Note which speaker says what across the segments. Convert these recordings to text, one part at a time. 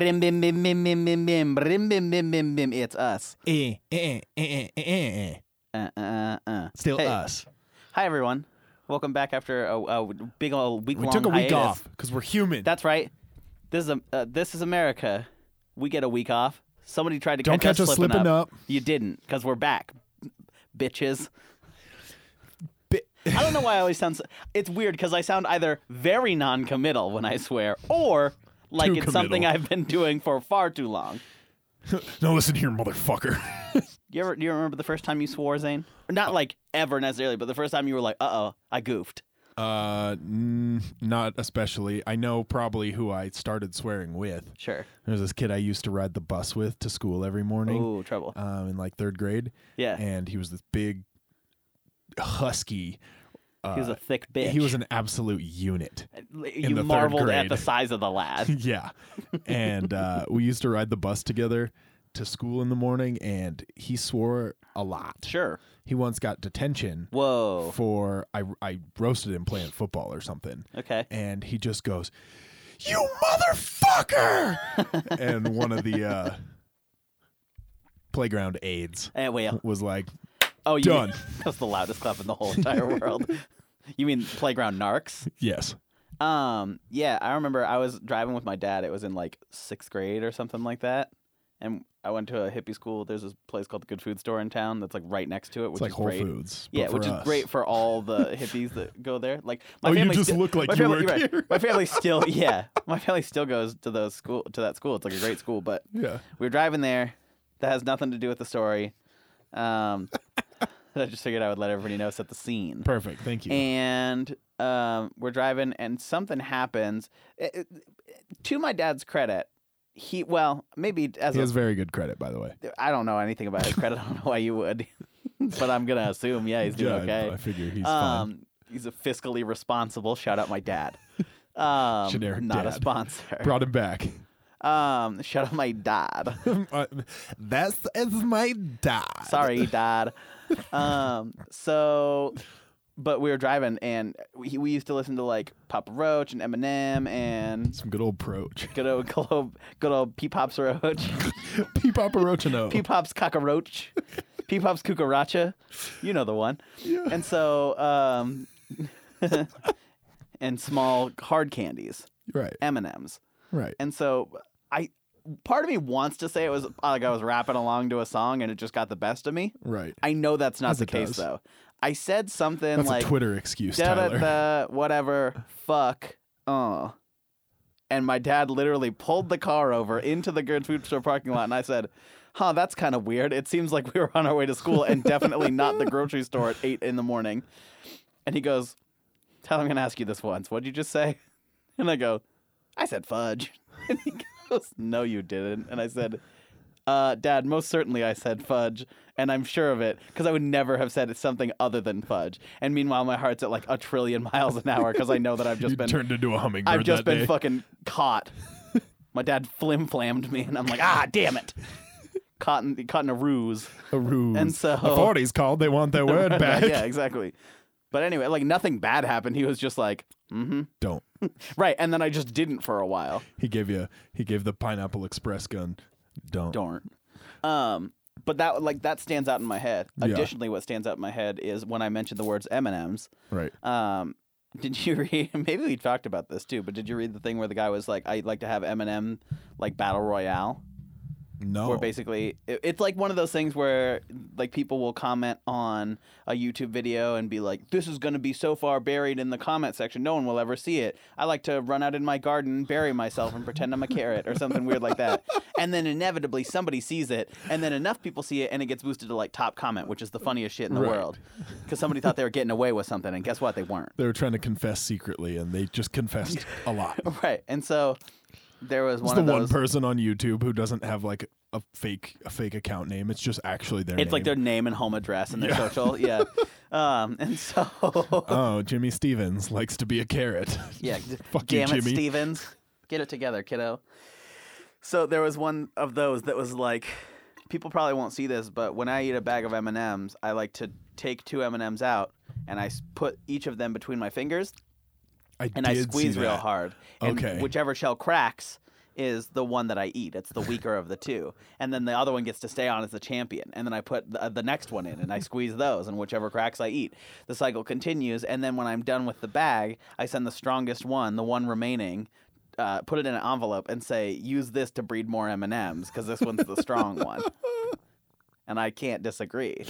Speaker 1: Rim bim bim bim bim bim bim rim bim bim bim bim. It's us.
Speaker 2: Eh, eh, eh, eh, eh, eh, eh.
Speaker 1: Uh, uh, uh, uh.
Speaker 2: Still
Speaker 1: Hey,
Speaker 2: us.
Speaker 1: Hi everyone. Welcome back after a, a big old week
Speaker 2: We
Speaker 1: long.
Speaker 2: took a week
Speaker 1: hiatus.
Speaker 2: off because we're human.
Speaker 1: That's right. This is a, uh, this is America. We get a week off. Somebody tried to
Speaker 2: Don't
Speaker 1: catch,
Speaker 2: catch us
Speaker 1: slipping,
Speaker 2: slipping up.
Speaker 1: You didn't, because we're back, bitches.
Speaker 2: Bi-
Speaker 1: I don't know why I always sound. So, it's weird because I sound either very non-committal when I swear, or like
Speaker 2: Too
Speaker 1: it's something
Speaker 2: committal.
Speaker 1: I've been doing for far too long.
Speaker 2: no, listen here, motherfucker.
Speaker 1: You ever do you remember the first time you swore, Zane? Not
Speaker 2: Oh.
Speaker 1: like ever necessarily, but the first time you were like, "Uh oh, I goofed."
Speaker 2: uh, mm, not especially. I know probably who I started swearing with.
Speaker 1: Sure.
Speaker 2: There's this kid I used to ride the bus with to school every morning.
Speaker 1: Ooh, trouble.
Speaker 2: um, in like third grade.
Speaker 1: Oh. Yeah.
Speaker 2: And he was this big husky. uh,
Speaker 1: he was a thick bitch.
Speaker 2: He was an absolute unit.
Speaker 1: You
Speaker 2: the third
Speaker 1: marveled at the
Speaker 2: grade.
Speaker 1: size of the lad.
Speaker 2: yeah. And uh, we used to ride the bus together to school in the morning, and he swore a lot.
Speaker 1: Sure.
Speaker 2: He once got detention
Speaker 1: Whoa.
Speaker 2: for I, I roasted him playing football or something.
Speaker 1: Okay.
Speaker 2: And he just goes, You motherfucker! and one of the uh, playground aides
Speaker 1: Eh, wait.
Speaker 2: was like,
Speaker 1: Oh, you
Speaker 2: Done.
Speaker 1: that was the loudest clap in the whole entire world. You mean playground narcs?
Speaker 2: Yes.
Speaker 1: Um, yeah, I remember I was driving with my dad. It was in like sixth grade or something like that, and I went to a hippie school. There's this place called the Good Food Store in town that's like right next to it, which
Speaker 2: It's like
Speaker 1: is
Speaker 2: Whole
Speaker 1: great.
Speaker 2: Foods. but
Speaker 1: Yeah,
Speaker 2: for
Speaker 1: which is
Speaker 2: us.
Speaker 1: great for all the hippies that go there. Like my
Speaker 2: Oh, you
Speaker 1: family
Speaker 2: just
Speaker 1: still-
Speaker 2: look like
Speaker 1: my
Speaker 2: you
Speaker 1: family,
Speaker 2: work
Speaker 1: right.
Speaker 2: here.
Speaker 1: My family still, yeah, my family still goes to those school to that school. It's like a great school, but
Speaker 2: Yeah.
Speaker 1: we were driving there. That has nothing to do with the story. Um, I just figured I would let everybody know set the scene.
Speaker 2: Perfect. Thank you.
Speaker 1: And um, we're driving, and something happens. It- it- to my dad's credit, he well maybe as
Speaker 2: he has
Speaker 1: a,
Speaker 2: very good credit, by the way.
Speaker 1: I don't know anything about his credit. I don't know why you would, but I'm gonna assume yeah he's doing
Speaker 2: yeah, I-
Speaker 1: okay.
Speaker 2: I, figure he's
Speaker 1: Um, he's a fiscally responsible. Shout out my dad. Um,
Speaker 2: Generic
Speaker 1: not a
Speaker 2: dad.
Speaker 1: sponsor.
Speaker 2: fine. Brought him back.
Speaker 1: Um, shout out my dad.
Speaker 2: Uh, That's as my dad.
Speaker 1: Sorry, dad. um, so, but we were driving, and we, we used to listen to like Papa Roach and Eminem and
Speaker 2: Some good old Proach.
Speaker 1: good old good old, good old Peepop's Roach,
Speaker 2: Peep Oparochino.
Speaker 1: Peepop's Cockroach, Peepop's Cucaracha. You know the one.
Speaker 2: Yeah.
Speaker 1: And so, um, and small hard candies,
Speaker 2: Right.
Speaker 1: M and M's.
Speaker 2: Right.
Speaker 1: And so I part of me wants to say it was uh, like I was rapping along to a song and it just got the best of me.
Speaker 2: Right.
Speaker 1: I know that's not
Speaker 2: As
Speaker 1: the
Speaker 2: it
Speaker 1: case
Speaker 2: does.
Speaker 1: though. I said something
Speaker 2: That's
Speaker 1: like
Speaker 2: a Twitter excuse,
Speaker 1: da da
Speaker 2: Tyler.
Speaker 1: da whatever fuck uh and my dad literally pulled the car over into the good food store parking lot and I said Huh, that's kind of weird. It seems like we were on our way to school and definitely not the grocery store at eight in the morning. And he goes, Tyler, I'm going to ask you this once. What'd you just say? And I go, I said fudge. And he goes, No, you didn't. And I said, uh, Dad, most certainly I said fudge. And I'm sure of it because I would never have said it's something other than fudge. And meanwhile, my heart's at like a trillion miles an hour because I know that I've just
Speaker 2: you
Speaker 1: been
Speaker 2: turned into a hummingbird.
Speaker 1: I've just
Speaker 2: that
Speaker 1: been
Speaker 2: day.
Speaker 1: fucking caught. My dad flim flammed me, and I'm like, ah, damn it, caught in caught in a ruse.
Speaker 2: A ruse.
Speaker 1: And so-
Speaker 2: authorities called. They want their word back.
Speaker 1: yeah, exactly. But anyway, like nothing bad happened. He was just like, mm-hmm,
Speaker 2: Don't.
Speaker 1: right. And then I just didn't for a while.
Speaker 2: He gave you. He gave the Pineapple Express gun. Don't.
Speaker 1: Darn. Um, but that like that stands out in my head.
Speaker 2: Yeah.
Speaker 1: Additionally, what stands out in my head is when I mentioned the words M and M's.
Speaker 2: Right.
Speaker 1: Um, did you read? Maybe we talked about this too, but did you read the thing where the guy was like, "I'd like to have Eminem like battle royale,"
Speaker 2: No.
Speaker 1: where basically it, it's like one of those things where like people will comment on a YouTube video and be like, "This is going to be so far buried in the comment section, no one will ever see it." I like to run out in my garden, bury myself, and pretend I'm a carrot or something weird like that. And then inevitably somebody sees it, and then enough people see it, and it gets boosted to like top comment, which is the funniest shit in the
Speaker 2: Right.
Speaker 1: world, because somebody thought they were getting away with something, and guess what? They weren't.
Speaker 2: They were trying to confess secretly, and they just confessed a lot. It's
Speaker 1: Right, and so. There was one
Speaker 2: the
Speaker 1: of
Speaker 2: one
Speaker 1: those.
Speaker 2: person on YouTube who doesn't have like a fake a fake account name. It's just actually their.
Speaker 1: It's like
Speaker 2: name.
Speaker 1: their name and home address and their social. Yeah. Um, and so,
Speaker 2: Oh, Jimmy Stevens likes to be a carrot.
Speaker 1: yeah.
Speaker 2: Fuck you,
Speaker 1: damn it,
Speaker 2: Jimmy.
Speaker 1: Stevens. Get it together, kiddo. So there was one of those that was like, people probably won't see this, but when I eat a bag of M and M's, I like to take two M and M's out and I s- put each of them between my fingers
Speaker 2: I
Speaker 1: and
Speaker 2: did
Speaker 1: I
Speaker 2: see
Speaker 1: squeeze real
Speaker 2: that.
Speaker 1: hard. And
Speaker 2: Okay.
Speaker 1: Whichever shell cracks is the one that I eat. It's the weaker of the two, and then the other one gets to stay on as the champion. And then I put the, the next one in, and I squeeze those, and whichever cracks I eat. The cycle continues, and then when I'm done with the bag, I send the strongest one, the one remaining. Uh, put it in an envelope and say, "Use this to breed more M and M's because this one's the strong one." And I can't disagree.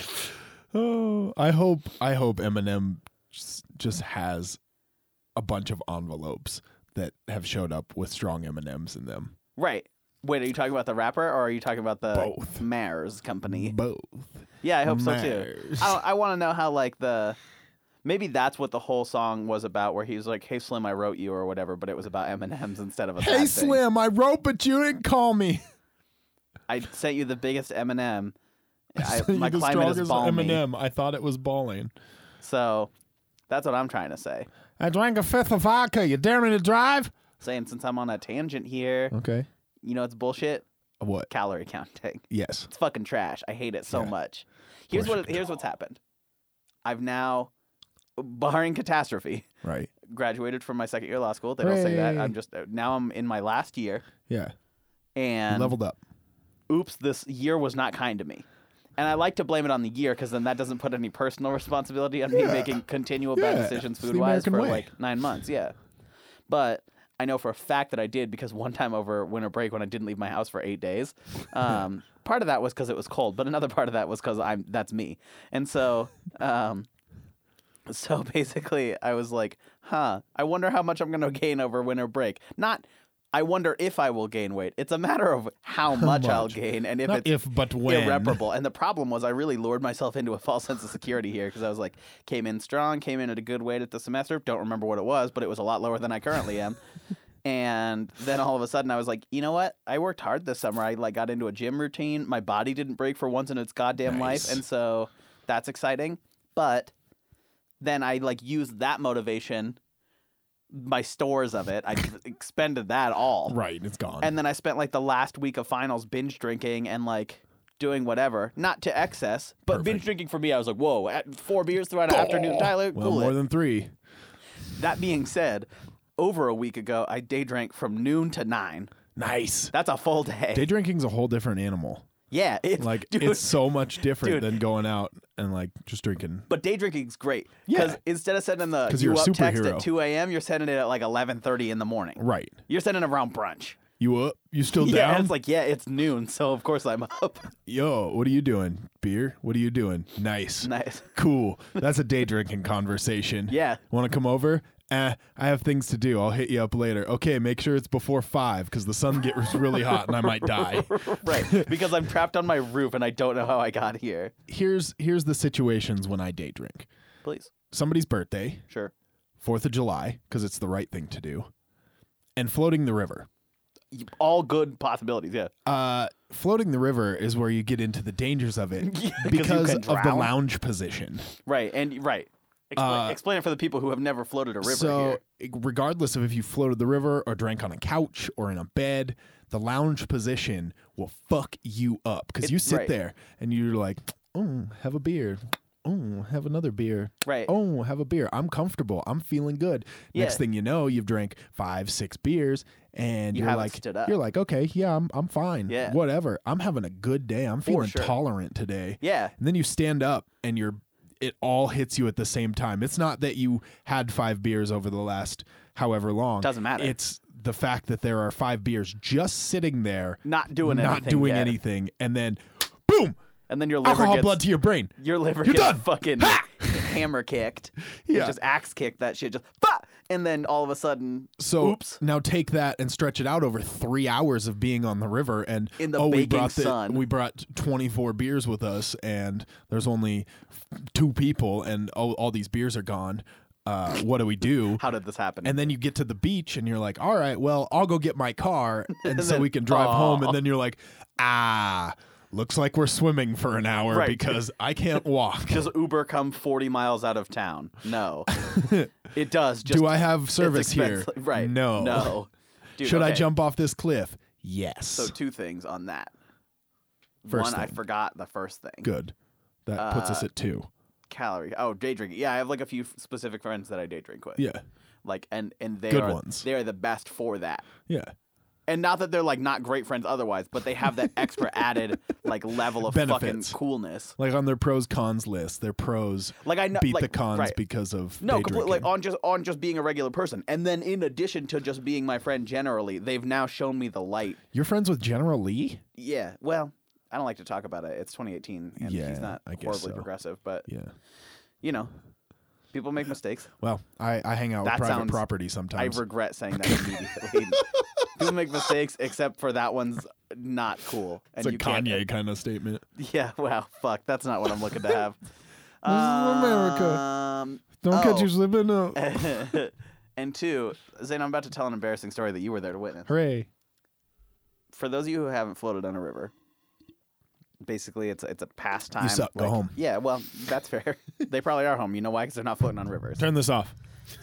Speaker 2: Oh, I hope I hope Eminem s- just has a bunch of envelopes that have showed up with strong M&Ms in them.
Speaker 1: Right? Wait, are you talking about the rapper or are you talking about the
Speaker 2: Both.
Speaker 1: Mars company?
Speaker 2: Both.
Speaker 1: Yeah, I hope so too.
Speaker 2: Matters.
Speaker 1: I, I want to know how like the maybe that's what the whole song was about, where he was like, "Hey Slim, I wrote you" or whatever, but it was about M and M's instead of a. bad
Speaker 2: Hey
Speaker 1: thing.
Speaker 2: Slim, I wrote but you didn't call me.
Speaker 1: I sent you the biggest M and M.
Speaker 2: I sent you
Speaker 1: My
Speaker 2: the
Speaker 1: climate is
Speaker 2: strongest
Speaker 1: balmy,
Speaker 2: M&M. I thought it was balling.
Speaker 1: so that's what I'm trying to say.
Speaker 2: I drank a fifth of vodka. You dare me to drive?
Speaker 1: Saying since I'm on a tangent here,
Speaker 2: Okay.
Speaker 1: you know it's bullshit.
Speaker 2: What?
Speaker 1: Calorie counting.
Speaker 2: Yes.
Speaker 1: It's fucking trash. I hate it so
Speaker 2: Yeah.
Speaker 1: much. Here's
Speaker 2: Worship
Speaker 1: what here's what's happened. I've now, barring catastrophe,
Speaker 2: Right.
Speaker 1: graduated from my second year law school. They don't say that.
Speaker 2: Hooray.
Speaker 1: I'm just now I'm in my last year,
Speaker 2: Yeah.
Speaker 1: and
Speaker 2: Leveled up.
Speaker 1: oops, this year was not kind to me. And I like to blame it on the year because then that doesn't put any personal responsibility on me
Speaker 2: Yeah.
Speaker 1: making continual
Speaker 2: Yeah.
Speaker 1: bad decisions
Speaker 2: It's the
Speaker 1: food wise
Speaker 2: American
Speaker 1: for
Speaker 2: way.
Speaker 1: like nine months. Yeah, but. I know for a fact that I did because one time over winter break when I didn't leave my house for eight days, um, part of that was because it was cold, but another part of that was because I'm that's me, and so um, so basically, I was like, huh, I wonder how much I'm going to gain over winter break. Not, I wonder if I will gain weight. It's a matter of how much, I'll
Speaker 2: much?
Speaker 1: gain and if
Speaker 2: Not
Speaker 1: it's
Speaker 2: if, but when.
Speaker 1: irreparable. And the problem was, I really lured myself into a false sense of security here because I was like, came in strong, came in at a good weight at the semester. Don't remember what it was, but it was a lot lower than I currently am. And then all of a sudden, I was like, you know what? I worked hard this summer. I like got into a gym routine. My body didn't break for once in its goddamn
Speaker 2: Nice.
Speaker 1: life, and so that's exciting. But then I like used that motivation, my stores of it. I expended that all.
Speaker 2: Right. It's gone.
Speaker 1: And then I spent like the last week of finals binge drinking and like doing whatever, not to excess, but binge
Speaker 2: Perfect.
Speaker 1: drinking for me. I was like, whoa, at four beers throughout an afternoon, Tyler.
Speaker 2: well,
Speaker 1: cool
Speaker 2: more
Speaker 1: it.
Speaker 2: than three.
Speaker 1: that being said, over a week ago, I day drank from noon to nine.
Speaker 2: Nice.
Speaker 1: That's a full day.
Speaker 2: Day drinking's a whole different animal.
Speaker 1: yeah, it's
Speaker 2: Like
Speaker 1: dude,
Speaker 2: it's so much different
Speaker 1: Dude.
Speaker 2: than going out and like just drinking.
Speaker 1: But day drinking's great because
Speaker 2: Yeah.
Speaker 1: instead of sending the
Speaker 2: 'Cause
Speaker 1: you
Speaker 2: you're a
Speaker 1: up text at
Speaker 2: superhero.
Speaker 1: two a.m., you're sending it at like eleven thirty in the morning.
Speaker 2: Right.
Speaker 1: You're sending it around brunch.
Speaker 2: You up? You still
Speaker 1: Yeah, and
Speaker 2: down?
Speaker 1: it's like yeah, it's noon, so of course I'm up.
Speaker 2: Yo, what are you doing? Beer? What are you doing? Nice.
Speaker 1: nice.
Speaker 2: Cool. That's a day drinking conversation.
Speaker 1: Yeah.
Speaker 2: Want to come over? Eh, I have things to do. I'll hit you up later. Okay, make sure it's before five because the sun gets really hot and I might die.
Speaker 1: right because i'm trapped on my roof and i don't know how i got here
Speaker 2: Here's here's the situations when I day drink.
Speaker 1: please
Speaker 2: Somebody's birthday,
Speaker 1: sure
Speaker 2: Fourth of July, because it's the right thing to do, and floating the river.
Speaker 1: You- all good possibilities yeah
Speaker 2: Uh, floating the river is where you get into the dangers of it
Speaker 1: 'cause you
Speaker 2: because
Speaker 1: can
Speaker 2: of the
Speaker 1: drown.
Speaker 2: lounge position.
Speaker 1: right and right explain,
Speaker 2: Uh,
Speaker 1: explain it for the people who have never floated a river
Speaker 2: so,
Speaker 1: here.
Speaker 2: regardless of if you floated the river or drank on a couch or in a bed, the lounge position will fuck you up because you sit
Speaker 1: right.
Speaker 2: there and you're like, oh, have a beer. Oh, have another beer.
Speaker 1: Right.
Speaker 2: Oh, have a beer. I'm comfortable. I'm feeling good. Next
Speaker 1: Eh, Yeah.
Speaker 2: thing you know, you've drank five, six beers, and
Speaker 1: You
Speaker 2: are
Speaker 1: haven't
Speaker 2: like,
Speaker 1: stood up.
Speaker 2: you're like, okay, yeah, I'm, I'm fine.
Speaker 1: Yeah.
Speaker 2: Whatever. I'm having a good day. I'm feeling
Speaker 1: sure.
Speaker 2: tolerant today.
Speaker 1: yeah
Speaker 2: And then you stand up and you're it all hits you at the same time. It's not that you had five beers over the last however long.
Speaker 1: Doesn't matter.
Speaker 2: It's the fact that there are five beers just sitting there,
Speaker 1: Not doing
Speaker 2: not
Speaker 1: anything.
Speaker 2: doing
Speaker 1: yet.
Speaker 2: anything, and then boom,
Speaker 1: And then your liver
Speaker 2: alcohol
Speaker 1: gets
Speaker 2: blood to your brain.
Speaker 1: your liver
Speaker 2: You're
Speaker 1: gets
Speaker 2: done.
Speaker 1: fucking
Speaker 2: Ha!
Speaker 1: hammer kicked.
Speaker 2: Yeah.
Speaker 1: It just axe kicked that shit just bah! and then all of a sudden
Speaker 2: So
Speaker 1: oops.
Speaker 2: now take that and stretch it out over three hours of being on the river and
Speaker 1: In the
Speaker 2: oh, we
Speaker 1: baking
Speaker 2: brought
Speaker 1: sun.
Speaker 2: we brought twenty four beers with us and there's only f- two people and oh, all these beers are gone. Uh, what do we do?
Speaker 1: How did this happen?
Speaker 2: And then you get to the beach and you're like, all right, well, I'll go get my car and so
Speaker 1: then,
Speaker 2: we can drive home.
Speaker 1: aw.
Speaker 2: And then you're like, ah, looks like we're swimming for an hour
Speaker 1: Right.
Speaker 2: because I can't walk.
Speaker 1: does Uber come 40 miles out of town? No. it does. Just,
Speaker 2: do I have service
Speaker 1: it's
Speaker 2: here?
Speaker 1: expensive. Right.
Speaker 2: No.
Speaker 1: No. Dude,
Speaker 2: Should I
Speaker 1: okay.
Speaker 2: jump off this cliff? Yes.
Speaker 1: So two things on that.
Speaker 2: First
Speaker 1: One, I
Speaker 2: thing.
Speaker 1: forgot the first thing.
Speaker 2: Good. That puts
Speaker 1: Uh,
Speaker 2: us at two.
Speaker 1: Calorie. Oh, day drinking. Yeah, I have like a few f- specific friends that I day drink with.
Speaker 2: Yeah.
Speaker 1: Like and and they
Speaker 2: Good
Speaker 1: are
Speaker 2: ones.
Speaker 1: they are the best for that.
Speaker 2: Yeah.
Speaker 1: And not that they're like not great friends otherwise, but they have that extra added like level of
Speaker 2: Benefits.
Speaker 1: fucking coolness.
Speaker 2: Like on their pros cons list, their pros
Speaker 1: Like I know
Speaker 2: beat
Speaker 1: like,
Speaker 2: the cons
Speaker 1: right.
Speaker 2: because of
Speaker 1: No,
Speaker 2: day
Speaker 1: completely. Like
Speaker 2: drinking.
Speaker 1: on just on just being a regular person, and then in addition to just being my friend generally, they've now shown me the light.
Speaker 2: You're friends with General Lee?
Speaker 1: Yeah. Well, I don't like to talk about it. It's 2018, and
Speaker 2: Yeah,
Speaker 1: he's not
Speaker 2: I guess
Speaker 1: horribly
Speaker 2: so.
Speaker 1: progressive, but
Speaker 2: Yeah.
Speaker 1: you know, people make mistakes.
Speaker 2: Well, I, I hang out with
Speaker 1: That
Speaker 2: private
Speaker 1: sounds-
Speaker 2: property sometimes.
Speaker 1: I regret saying that immediately. people make mistakes, except for that one's not cool. And
Speaker 2: it's a
Speaker 1: you can't- uh,
Speaker 2: Kanye kind of statement.
Speaker 1: Yeah. Wow. Fuck. That's not what I'm looking to have.
Speaker 2: America.
Speaker 1: Um,
Speaker 2: Don't
Speaker 1: catch
Speaker 2: catch
Speaker 1: oh.
Speaker 2: you
Speaker 1: you
Speaker 2: slipping up.
Speaker 1: and two, Zane, I'm about to tell an embarrassing story that you were there to witness.
Speaker 2: Hooray.
Speaker 1: for those of you who haven't floated on a river, basically it's it's a pastime.
Speaker 2: suck. Go home.
Speaker 1: Yeah, well, that's fair. they probably are home. You know why? Because they're not floating on rivers.
Speaker 2: Turn this off.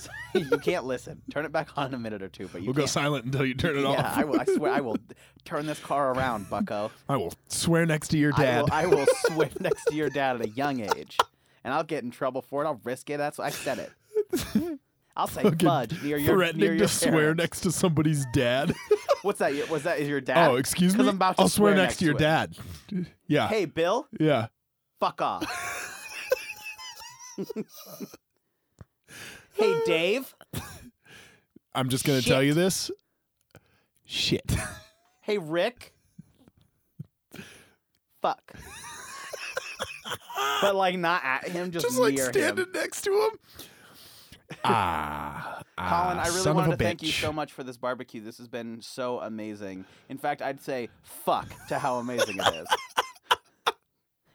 Speaker 1: you can't listen. Turn it back on in a minute or two, but you
Speaker 2: We'll go
Speaker 1: can't.
Speaker 2: silent until you turn it
Speaker 1: yeah,
Speaker 2: off.
Speaker 1: I, will, I swear I will turn this car around, Bucko.
Speaker 2: I will swear next to your dad.
Speaker 1: I will, I will swim next to your dad at a young age, and I'll get in trouble for it. I'll risk it. That's I said it. I'll say
Speaker 2: Fucking
Speaker 1: fudge near your
Speaker 2: Threatening
Speaker 1: near
Speaker 2: to
Speaker 1: your
Speaker 2: swear
Speaker 1: parents.
Speaker 2: next to somebody's dad.
Speaker 1: What's that? Your- Was that is your dad?
Speaker 2: oh, excuse
Speaker 1: 'Cause
Speaker 2: me.
Speaker 1: I'm about to
Speaker 2: I'll swear,
Speaker 1: swear
Speaker 2: next to your
Speaker 1: it.
Speaker 2: dad. yeah.
Speaker 1: Hey, Bill,
Speaker 2: Yeah.
Speaker 1: fuck off. hey, Dave.
Speaker 2: I'm just gonna tell you this. Shit.
Speaker 1: Hey, Rick. Fuck. but like not at him, just,
Speaker 2: just like
Speaker 1: near
Speaker 2: standing
Speaker 1: him.
Speaker 2: next to him. Ah,
Speaker 1: Colin,
Speaker 2: ah,
Speaker 1: I really
Speaker 2: son
Speaker 1: wanted
Speaker 2: of a
Speaker 1: to thank you
Speaker 2: bitch.
Speaker 1: so much for this barbecue. This has been so amazing. In fact, I'd say fuck to how amazing it is.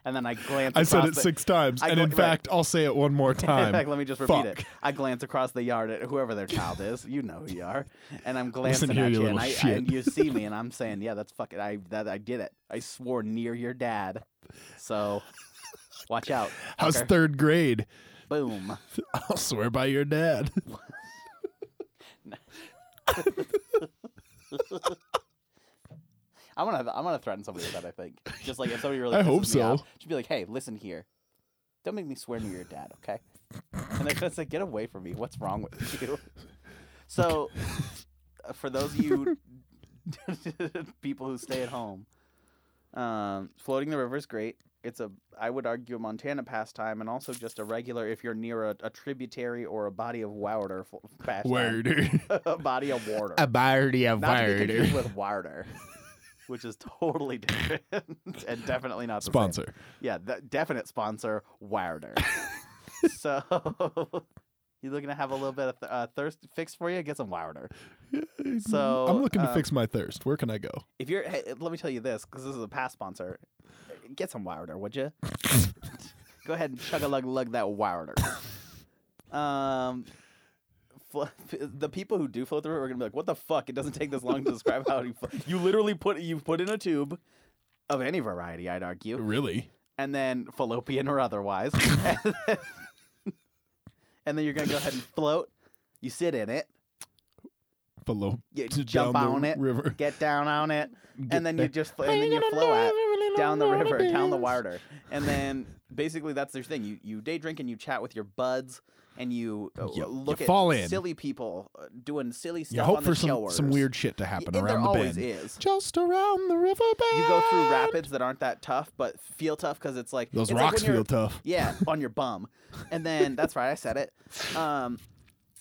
Speaker 1: And then I glance.
Speaker 2: I said
Speaker 1: across
Speaker 2: it
Speaker 1: the-
Speaker 2: six times,
Speaker 1: I
Speaker 2: and
Speaker 1: go-
Speaker 2: in
Speaker 1: right.
Speaker 2: fact, I'll say it one more
Speaker 1: In
Speaker 2: time.
Speaker 1: fact, let me just repeat it.
Speaker 2: Fuck.
Speaker 1: I glance across the yard at whoever their child is. You know who you are, and I'm glancing
Speaker 2: here,
Speaker 1: at
Speaker 2: you
Speaker 1: you, and, I,
Speaker 2: little
Speaker 1: and you see me, and I'm saying, "Yeah, that's fucking. I that I did it. I swore near your dad, so watch out."
Speaker 2: How's
Speaker 1: fucker.
Speaker 2: third grade?
Speaker 1: Boom.
Speaker 2: I'll swear by your dad.
Speaker 1: I'm gonna I'm gonna threaten somebody with that. I think just like if somebody really
Speaker 2: I
Speaker 1: pisses
Speaker 2: hope
Speaker 1: me
Speaker 2: so.
Speaker 1: off, should be like, "Hey, listen here, don't make me swear near your dad, okay?" And they're just like, "Get away from me! What's wrong with you?" So, uh, for those of you people who stay at home, um, floating the river is great. It's a I would argue a Montana pastime and also just a regular if you're near a, a tributary or a body of water fl- pastime.
Speaker 2: Warder.
Speaker 1: a body of water.
Speaker 2: body of
Speaker 1: Not to be confused with Warder, which is totally different and definitely not the same.
Speaker 2: Sponsor.
Speaker 1: Yeah, the definite sponsor, Warder. so you looking to have a little bit of th- uh, thirst fixed for you? Get some Warder. So,
Speaker 2: I'm looking to
Speaker 1: um,
Speaker 2: fix my thirst. Where can I go?
Speaker 1: If you're, hey, let me tell you this, because this is a past sponsor. Get some Warder, would you? Go ahead and chug a lug lug that Warder. um. fl- The people who do float the river are gonna be like, "What the fuck? It doesn't take this long to describe how you flo- you literally put you put in a tube of any variety, I'd argue,
Speaker 2: Really?
Speaker 1: and then fallopian or otherwise. and, then, and then you're gonna go ahead and float. You sit in it,
Speaker 2: Below.
Speaker 1: you
Speaker 2: to
Speaker 1: jump
Speaker 2: down the
Speaker 1: on it,
Speaker 2: river.
Speaker 1: get down on it,
Speaker 2: Get
Speaker 1: and then
Speaker 2: there.
Speaker 1: you just fl- and then you flow out down the river, down the water, and then basically that's their thing. You you day drink and you chat with your buds. And you uh,
Speaker 2: You-
Speaker 1: look
Speaker 2: you
Speaker 1: at
Speaker 2: fall in.
Speaker 1: silly people uh, doing silly stuff
Speaker 2: You hope
Speaker 1: on the
Speaker 2: for some,
Speaker 1: showers.
Speaker 2: some weird shit to happen
Speaker 1: and there
Speaker 2: around the
Speaker 1: always
Speaker 2: bend.
Speaker 1: is.
Speaker 2: Just around the river bend.
Speaker 1: You go through rapids that aren't that tough, but feel tough because it's like
Speaker 2: Those
Speaker 1: it's like
Speaker 2: rocks
Speaker 1: when you're-
Speaker 2: feel tough.
Speaker 1: Yeah, on your bum. And then that's right, I said it. Um,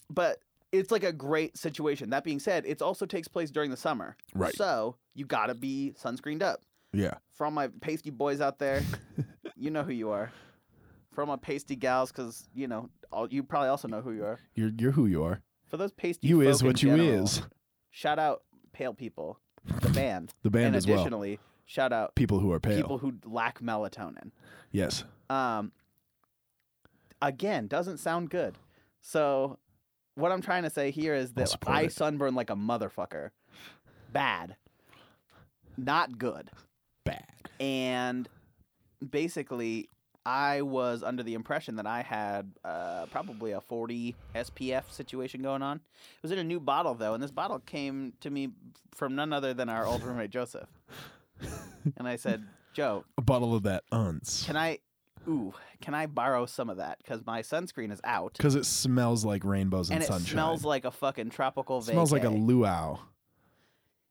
Speaker 1: but it's like a great situation. That being said, it also takes place during the summer.
Speaker 2: Right.
Speaker 1: So you gotta be sunscreened up.
Speaker 2: Yeah.
Speaker 1: For all my pasty boys out there, you know who you are. For all my pasty gals, because you know, all, you probably also know who you are.
Speaker 2: You're you're who you are.
Speaker 1: For those pasty,
Speaker 2: You
Speaker 1: folk
Speaker 2: is
Speaker 1: in
Speaker 2: what you
Speaker 1: general,
Speaker 2: is.
Speaker 1: Shout out pale people, the band,
Speaker 2: The band
Speaker 1: and
Speaker 2: as well.
Speaker 1: additionally, shout out
Speaker 2: People who are pale.
Speaker 1: people who lack melatonin.
Speaker 2: Yes.
Speaker 1: Um, again, doesn't sound good. So, what I'm trying to say here is that
Speaker 2: support
Speaker 1: I
Speaker 2: it.
Speaker 1: sunburn like a motherfucker. Bad. Not good.
Speaker 2: Bad.
Speaker 1: And basically, I was under the impression that I had uh, probably a 40 SPF situation going on. It was in a new bottle, though, and this bottle came to me from none other than our old roommate, Joseph. And I said, Joe,
Speaker 2: A bottle of that unce.
Speaker 1: can I, ooh, can I borrow some of that? Because my sunscreen is out,
Speaker 2: Because it smells like rainbows and,
Speaker 1: and it
Speaker 2: sunshine.
Speaker 1: smells like a fucking tropical.
Speaker 2: It smells like a
Speaker 1: vacay.
Speaker 2: luau.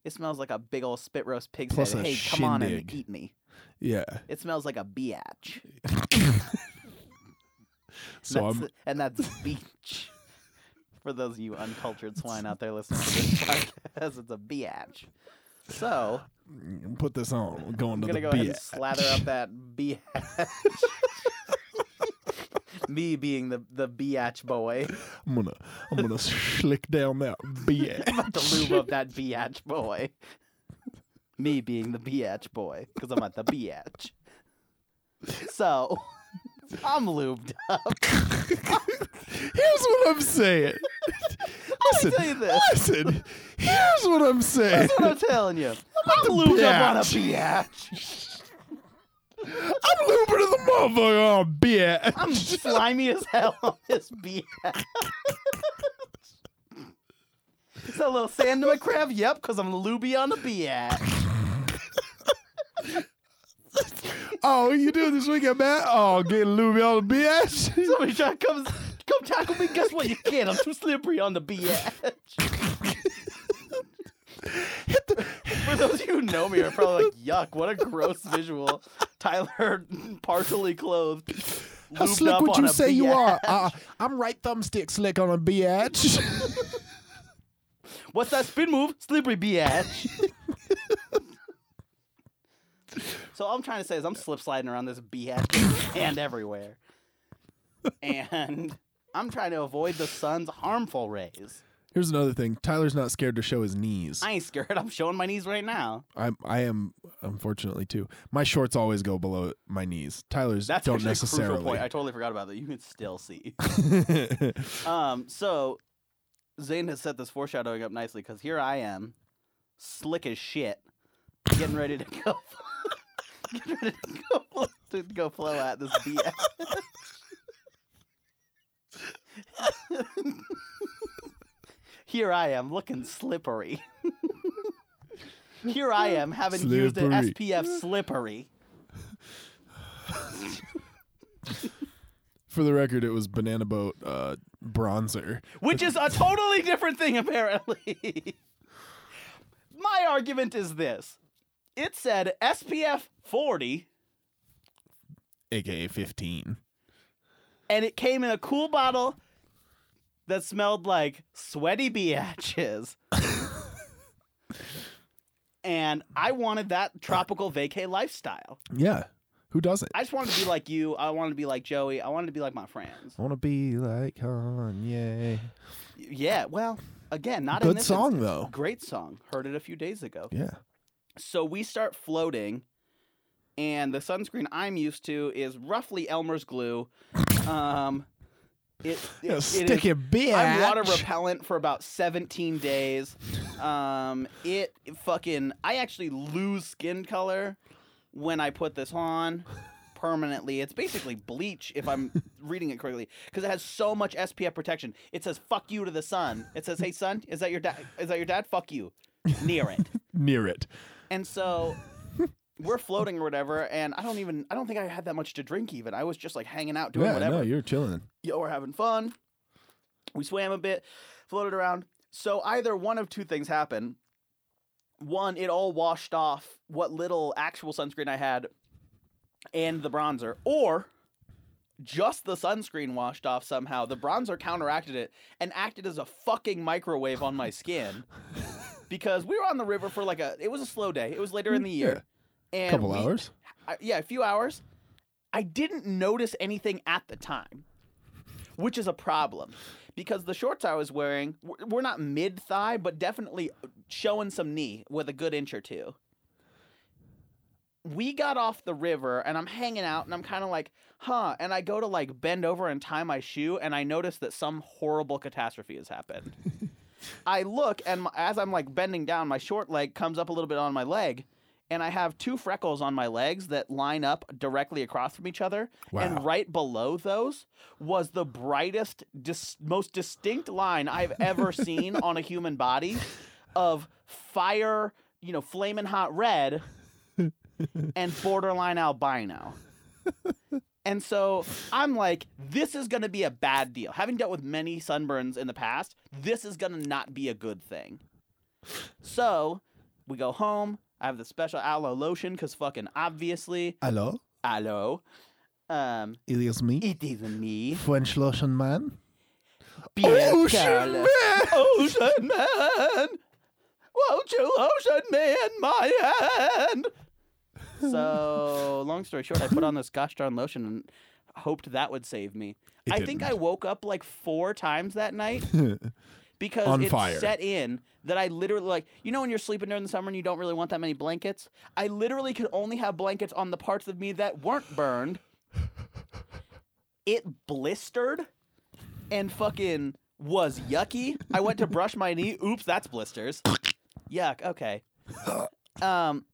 Speaker 1: It smells like a big old spit roast pig's
Speaker 2: Plus
Speaker 1: head.
Speaker 2: a
Speaker 1: Hey, come on and
Speaker 2: shindig.
Speaker 1: eat me.
Speaker 2: Yeah.
Speaker 1: It smells like a biatch.
Speaker 2: So
Speaker 1: That's
Speaker 2: I'm
Speaker 1: the- and that's beach. For those of you uncultured swine out there listening to this podcast, it's a biatch. So
Speaker 2: put this on. We're going
Speaker 1: I'm
Speaker 2: to
Speaker 1: gonna
Speaker 2: the
Speaker 1: go ahead and
Speaker 2: beach.
Speaker 1: slather up that biatch. me being the the biatch boy.
Speaker 2: I'm gonna I'm gonna slick down that beach.
Speaker 1: the lube of that biatch boy. Me being the biatch boy, because I'm at the biatch. So, I'm lubed up.
Speaker 2: Here's what I'm saying.
Speaker 1: Let me
Speaker 2: Listen,
Speaker 1: tell you this.
Speaker 2: listen. Here's what I'm saying.
Speaker 1: That's what I'm telling you. I'm lubed up on a biatch.
Speaker 2: I'm looping to the motherfucker on beer.
Speaker 1: I'm slimy as hell on this biatch. Is that a little sand in my crab? Yep, because I'm luby on the biatch.
Speaker 2: Oh, you doing this weekend, man? Oh, getting Louis on the bitch.
Speaker 1: Somebody try to come, come tackle me. Guess what? You can't. I'm too slippery on the biatch. For those of you who know me, are probably like, "Yuck! What a gross visual." Tyler, partially clothed.
Speaker 2: How
Speaker 1: lubed
Speaker 2: slick
Speaker 1: up
Speaker 2: would
Speaker 1: on
Speaker 2: you
Speaker 1: a
Speaker 2: say you
Speaker 1: biatch.
Speaker 2: are? Uh, I'm right thumbstick slick on a bitch.
Speaker 1: What's that spin move? Slippery biatch. so all I'm trying to say is I'm slip sliding around this biatch and everywhere, and I'm trying to avoid the sun's harmful rays.
Speaker 2: Here's another thing. Tyler's not scared to show his knees.
Speaker 1: I ain't scared. I'm showing my knees right now.
Speaker 2: I'm, I am, unfortunately, too. My shorts always go below my knees. Tyler's
Speaker 1: That's
Speaker 2: don't
Speaker 1: actually a crucial
Speaker 2: necessarily.
Speaker 1: point. I totally forgot about that. You can still see. Um, so Zane has set this foreshadowing up nicely because here I am, slick as shit, getting ready to go, getting ready to go, to go flow at this BS. here I am, looking slippery. here I am, having used an
Speaker 2: Slippery.
Speaker 1: SPF slippery.
Speaker 2: For the record, it was Banana Boat uh, bronzer.
Speaker 1: which is a totally different thing, apparently. My argument is this it said SPF 40,
Speaker 2: aka 15.
Speaker 1: and it came in a cool bottle that smelled like sweaty biatches. and I wanted that tropical vacay lifestyle.
Speaker 2: Yeah. Who doesn't?
Speaker 1: I just wanted to be like you. I wanted to be like Joey. I wanted to be like my friends.
Speaker 2: I want to be like Kanye.
Speaker 1: Yeah, well, again, not in
Speaker 2: Good
Speaker 1: this
Speaker 2: song,
Speaker 1: instance.
Speaker 2: though.
Speaker 1: Great song. Heard it a few days ago.
Speaker 2: Yeah.
Speaker 1: So we start floating, and the sunscreen I'm used to is roughly Elmer's glue. Um, it, it, it
Speaker 2: yeah
Speaker 1: is-
Speaker 2: stick it, bitch.
Speaker 1: I'm water repellent for about 17 days. Um, it fucking. I actually lose skin color when I put this on permanently. It's basically bleach if I'm reading it correctly because it has so much SPF protection. It says "fuck you" to the sun. It says, "Hey son, is that your dad? Is that your dad? Fuck you." Near it.
Speaker 2: Near it.
Speaker 1: And so we're floating or whatever, and I don't even I don't think I had that much to drink even. I was just like hanging out doing
Speaker 2: yeah,
Speaker 1: whatever.
Speaker 2: no, you're chilling.
Speaker 1: Yo, we're having fun. We swam a bit, floated around. So either one of two things happened. One, it all washed off what little actual sunscreen I had and the bronzer, or just the sunscreen washed off somehow. The bronzer counteracted it and acted as a fucking microwave on my skin because we were on the river for like a. It was a slow day. It was later in the year. And
Speaker 2: couple
Speaker 1: we-
Speaker 2: hours.
Speaker 1: I, yeah, a few hours. I didn't notice anything at the time, which is a problem because the shorts I was wearing w- were not mid thigh, but definitely showing some knee with a good inch or two. We got off the river and I'm hanging out and I'm kind of like, huh. And I go to like bend over and tie my shoe and I notice that some horrible catastrophe has happened. I look and my, as I'm like bending down, my short leg comes up a little bit on my leg, and I have two freckles on my legs that line up directly across from each other.
Speaker 2: Wow.
Speaker 1: And right below those was the brightest, dis- most distinct line I've ever seen on a human body of fire, you know, flaming hot red and borderline albino. And so I'm like, this is going to be a bad deal. Having dealt with many sunburns in the past, this is going to not be a good thing. So we go home. I have the special aloe lotion because fucking obviously,
Speaker 2: Hello,
Speaker 1: aloe. Um,
Speaker 2: it is me,
Speaker 1: it is me.
Speaker 2: French lotion man.
Speaker 1: Pierre
Speaker 2: Ocean
Speaker 1: Carlo-
Speaker 2: Man!
Speaker 1: Ocean Man! Won't you Ocean Man my hand? So, long story short, I put on this gosh darn lotion and hoped that would save me.
Speaker 2: It
Speaker 1: I think I
Speaker 2: didn't.
Speaker 1: woke up like four times that night because
Speaker 2: On
Speaker 1: it
Speaker 2: fire.
Speaker 1: set in that I literally like you know when you're sleeping during the summer and you don't really want that many blankets. I literally could only have blankets on the parts of me that weren't burned. It blistered and fucking was yucky. I went to brush my knee. Oops, that's blisters. Yuck. Okay. Um,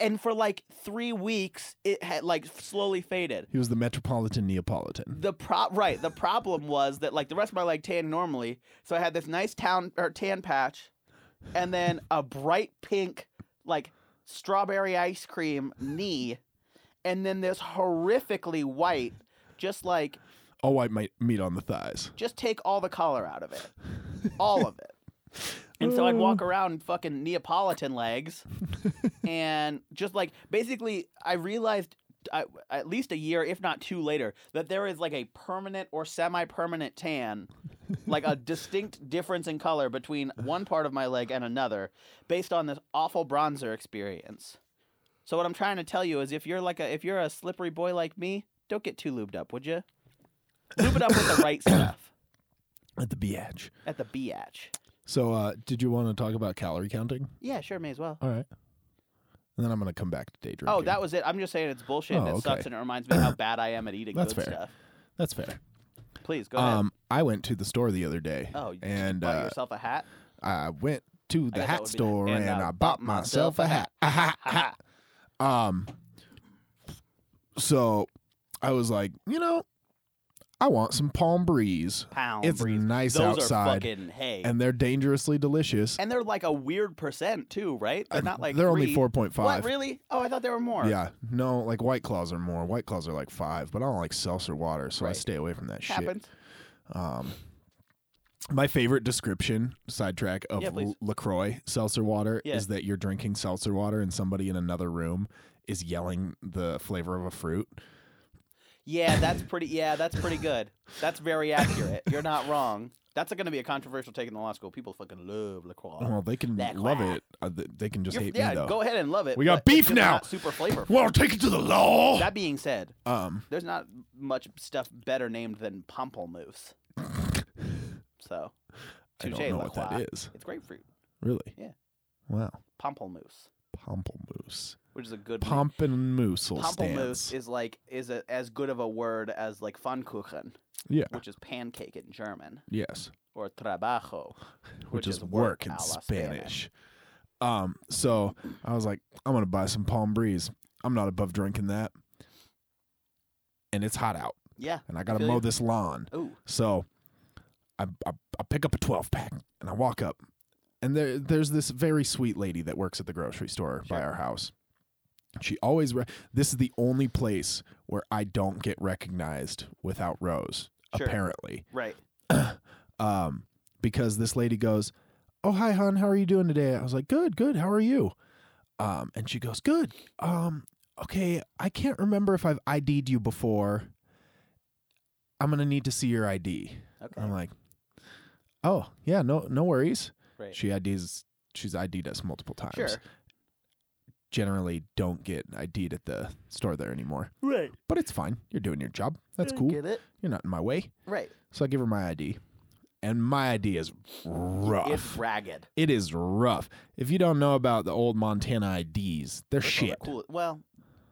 Speaker 1: and for like three weeks, it had like slowly faded
Speaker 2: He was the metropolitan Neapolitan.
Speaker 1: the pro right the problem was that like the rest of my leg tan normally so i had this nice town or tan patch and then a bright pink like strawberry ice cream knee and then this horrifically white just like
Speaker 2: All white mi- meat on the thighs.
Speaker 1: just take all the color out of it all of it and so i'd walk around in fucking neapolitan legs and just like basically i realized I, at least a year if not two later that there is like a permanent or semi-permanent tan like a distinct difference in color between one part of my leg and another based on this awful bronzer experience so what i'm trying to tell you is if you're like a if you're a slippery boy like me don't get too lubed up would you lube it up with the right stuff
Speaker 2: at the BH.
Speaker 1: at the biatch.
Speaker 2: So, uh, did you want to talk about calorie counting?
Speaker 1: Yeah, sure, may as well.
Speaker 2: All right. And then I'm going to come back to day drinking.
Speaker 1: Oh, that was it. I'm just saying it's bullshit. and
Speaker 2: Oh,
Speaker 1: it sucks,
Speaker 2: okay.
Speaker 1: and it reminds me how bad I am at eating
Speaker 2: That's
Speaker 1: good
Speaker 2: fair.
Speaker 1: stuff.
Speaker 2: That's fair.
Speaker 1: Please go ahead.
Speaker 2: Um, I went to the store the other day.
Speaker 1: Oh, you
Speaker 2: and
Speaker 1: bought
Speaker 2: uh,
Speaker 1: yourself a hat.
Speaker 2: I went to
Speaker 1: guess
Speaker 2: the
Speaker 1: that
Speaker 2: hat
Speaker 1: would be-
Speaker 2: store
Speaker 1: and
Speaker 2: and,
Speaker 1: I
Speaker 2: I bought myself a hat. Ah, ha, ha. Um, so I was like, you know, I want some palm breeze.
Speaker 1: Pound.
Speaker 2: it's
Speaker 1: breeze.
Speaker 2: nice
Speaker 1: Those are
Speaker 2: outside,
Speaker 1: fucking hey. And,
Speaker 2: and they're dangerously delicious.
Speaker 1: they're like a weird percent too, right? They're not like
Speaker 2: they're only
Speaker 1: three.
Speaker 2: four point five.
Speaker 1: What really? Oh, I thought there were more.
Speaker 2: Yeah, no, like White Claws are more. White Claws are like five, but I don't like seltzer water, so I
Speaker 1: Right.
Speaker 2: stay away from that shit.
Speaker 1: happens.
Speaker 2: Um, My favorite description, sidetrack, of
Speaker 1: Yeah, please.
Speaker 2: L- LaCroix seltzer water
Speaker 1: Yeah.
Speaker 2: is that you're drinking seltzer water and somebody in another room is yelling the flavor of a fruit.
Speaker 1: Yeah, that's pretty. Yeah, that's pretty good. That's very accurate. You're not wrong. That's going to be a controversial take in the law school. People fucking love Lacroix.
Speaker 2: Well, they can
Speaker 1: LaCroix.
Speaker 2: love it. Uh, th- they can just
Speaker 1: Oh, You're-
Speaker 2: hate
Speaker 1: yeah,
Speaker 2: me, though.
Speaker 1: go ahead and love it.
Speaker 2: We got
Speaker 1: but
Speaker 2: beef
Speaker 1: it's just
Speaker 2: now.
Speaker 1: Not super flavorful.
Speaker 2: well, take it to the law.
Speaker 1: That being said,
Speaker 2: um,
Speaker 1: there's not much stuff better named than pomplemousse. so,
Speaker 2: I don't
Speaker 1: touche,
Speaker 2: know what
Speaker 1: LaCroix.
Speaker 2: that is.
Speaker 1: It's grapefruit,
Speaker 2: Really?
Speaker 1: Yeah.
Speaker 2: Wow.
Speaker 1: pomplemousse,
Speaker 2: Pomplamoose.
Speaker 1: which is a good
Speaker 2: Pomp and moose will
Speaker 1: Pomplemousse
Speaker 2: stance.
Speaker 1: is like is a, as good of a word as like Pfannkuchen,
Speaker 2: yeah.
Speaker 1: which is pancake in German,
Speaker 2: Yes.
Speaker 1: or trabajo,
Speaker 2: Which, is, work in
Speaker 1: a la
Speaker 2: Spanish. Um, so I was like, I'm gonna buy some palm breeze. I'm not above drinking that. And it's hot out,
Speaker 1: Yeah.
Speaker 2: and I gotta
Speaker 1: feel
Speaker 2: mow
Speaker 1: you.
Speaker 2: this lawn.
Speaker 1: Ooh.
Speaker 2: So I, I I pick up a 12 pack and I walk up, and there there's this very sweet lady that works at the grocery store by
Speaker 1: Sure.
Speaker 2: our house. She always re- this is the only place where I don't get recognized without Rose.
Speaker 1: Sure.
Speaker 2: Apparently,
Speaker 1: Right.
Speaker 2: um, because this lady goes, "Oh hi, hon, how are you doing today?" I was like, "Good, good. How are you?" Um, and she goes, "Good. Um, okay, I can't remember if I've ID'd you before." I'm gonna need to see your ID.
Speaker 1: Okay.
Speaker 2: I'm like, oh yeah, no no worries.
Speaker 1: Great.
Speaker 2: She IDs she's ID'd us multiple times.
Speaker 1: sure.
Speaker 2: Generally, don't get ID'd at the store there anymore,
Speaker 1: Right.
Speaker 2: but it's fine. You're doing your job. That's cool.
Speaker 1: Get it?
Speaker 2: You're not in my way.
Speaker 1: Right.
Speaker 2: So I give her my ID, and my ID is rough.
Speaker 1: It's ragged.
Speaker 2: It is rough. If you don't know about the old Montana IDs,
Speaker 1: Well,
Speaker 2: they're shit.
Speaker 1: They're cool. Well,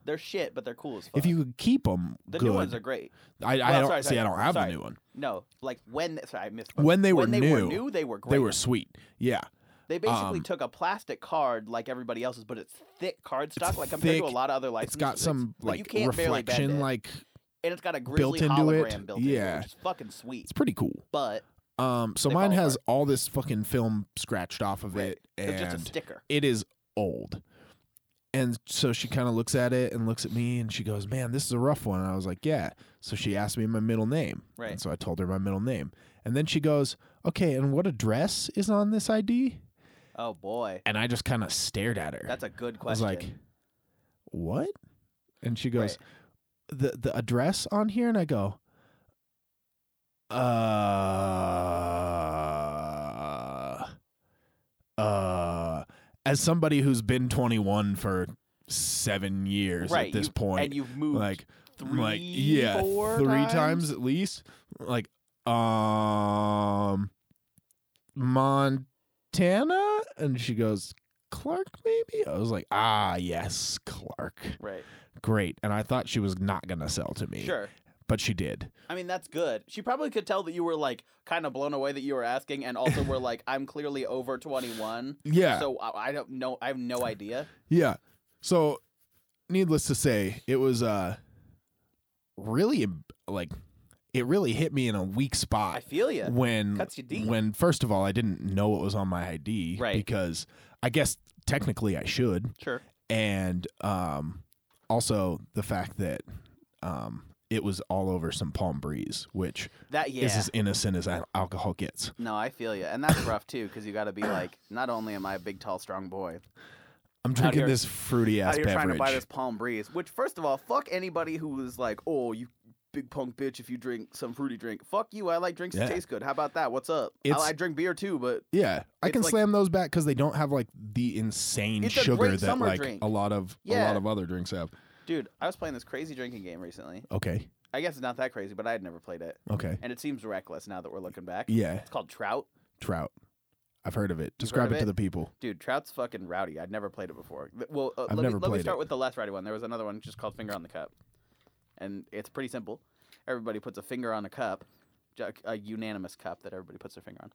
Speaker 1: they're shit, but they're cool as fuck.
Speaker 2: If you could keep them,
Speaker 1: the
Speaker 2: good.
Speaker 1: new ones are great.
Speaker 2: I, I
Speaker 1: well,
Speaker 2: don't
Speaker 1: sorry,
Speaker 2: see.
Speaker 1: sorry,
Speaker 2: I don't have
Speaker 1: sorry.
Speaker 2: the new one.
Speaker 1: No, like when sorry, I missed
Speaker 2: When they were
Speaker 1: when they were
Speaker 2: new,
Speaker 1: new, they were great.
Speaker 2: They were sweet. Yeah,
Speaker 1: They basically
Speaker 2: um,
Speaker 1: took a plastic card like everybody else's, but it's thick cardstock, like compared to a
Speaker 2: thick.
Speaker 1: lot of other licenses.
Speaker 2: it's got some
Speaker 1: like, you
Speaker 2: like
Speaker 1: can't barely bend
Speaker 2: reflection.
Speaker 1: it.
Speaker 2: Like
Speaker 1: and it's got a grizzly
Speaker 2: built into it.
Speaker 1: hologram built into it,
Speaker 2: Yeah.
Speaker 1: which is fucking sweet.
Speaker 2: it's pretty cool.
Speaker 1: But
Speaker 2: Um, so
Speaker 1: They
Speaker 2: mine
Speaker 1: fall
Speaker 2: has all this fucking film scratched off of
Speaker 1: Right.
Speaker 2: it,
Speaker 1: it's just a
Speaker 2: and
Speaker 1: sticker.
Speaker 2: it is old. And so she kind of looks at it and looks at me, and she goes, "Man, this is a rough one." And I was like, "Yeah." So she asked me my middle name,
Speaker 1: Right.
Speaker 2: And so I told her my middle name, and then she goes, "Okay, and what address is on this ID?"
Speaker 1: Oh boy,
Speaker 2: And I just kind of stared at her.
Speaker 1: that's a good
Speaker 2: I was
Speaker 1: question.
Speaker 2: like, "What?" And she goes, "the the address on here," and I go, "Uh, uh." As somebody who's been 21 for seven years
Speaker 1: Right,
Speaker 2: at this
Speaker 1: you-
Speaker 2: point,
Speaker 1: and you've moved
Speaker 2: like,
Speaker 1: three,
Speaker 2: like yeah,
Speaker 1: four
Speaker 2: three times? at least. Like, um, Montana, and she goes Clark. Maybe I was like, ah, yes, Clark,
Speaker 1: Right,
Speaker 2: great. And I thought she was not gonna sell to me,
Speaker 1: sure.
Speaker 2: but she did.
Speaker 1: I mean, that's good. She probably could tell that you were like kind of blown away that you were asking, and also were like, "I'm clearly over 21,
Speaker 2: Yeah,
Speaker 1: so I I don't know. I have no idea."
Speaker 2: yeah. So, needless to say, it was uh really em- like it really hit me in a weak spot.
Speaker 1: I feel you.
Speaker 2: when
Speaker 1: Cuts you deep.
Speaker 2: when first of all I didn't know what was on my ID
Speaker 1: Right.
Speaker 2: because I guess technically I should
Speaker 1: Sure.
Speaker 2: and um also the fact that um it was all over some palm breeze which
Speaker 1: That yeah.
Speaker 2: is as innocent as al- alcohol gets.
Speaker 1: No, I feel you, and that's rough too, because you got to be like, not only am I a big, tall, strong boy,
Speaker 2: I'm drinking
Speaker 1: here-
Speaker 2: this fruity
Speaker 1: out
Speaker 2: ass
Speaker 1: here
Speaker 2: beverage.
Speaker 1: trying to buy this palm breeze. Which, first of all, fuck anybody who is like, "Oh, you big punk bitch, if you drink some fruity drink, fuck you. I like drinks
Speaker 2: Yeah.
Speaker 1: that taste good. How about that? What's up? I,
Speaker 2: It's-
Speaker 1: I drink beer too, but
Speaker 2: yeah, I
Speaker 1: It's
Speaker 2: can
Speaker 1: like-
Speaker 2: slam those back cuz they don't have like the insane
Speaker 1: It's a
Speaker 2: sugar
Speaker 1: great
Speaker 2: that
Speaker 1: summer
Speaker 2: like
Speaker 1: drink.
Speaker 2: a lot of a
Speaker 1: Yeah.
Speaker 2: lot of other drinks have.
Speaker 1: dude, I was playing this crazy drinking game recently.
Speaker 2: Okay.
Speaker 1: I guess it's not that crazy, but I had never played it,
Speaker 2: Okay.
Speaker 1: and it seems reckless now that we're looking back.
Speaker 2: Yeah,
Speaker 1: It's called Trout,
Speaker 2: trout. I've heard of it.
Speaker 1: You've
Speaker 2: Describe
Speaker 1: heard of
Speaker 2: it to
Speaker 1: it?
Speaker 2: the people.
Speaker 1: dude. Trout's fucking rowdy. I'd never played it before. Th- Well, uh, let,
Speaker 2: I've
Speaker 1: me,
Speaker 2: never
Speaker 1: let me
Speaker 2: played
Speaker 1: start
Speaker 2: it.
Speaker 1: with the less rowdy one. There was another one just called Finger on the Cup, and it's pretty simple. Everybody puts a finger on a cup, ju- a unanimous cup that everybody puts their finger on,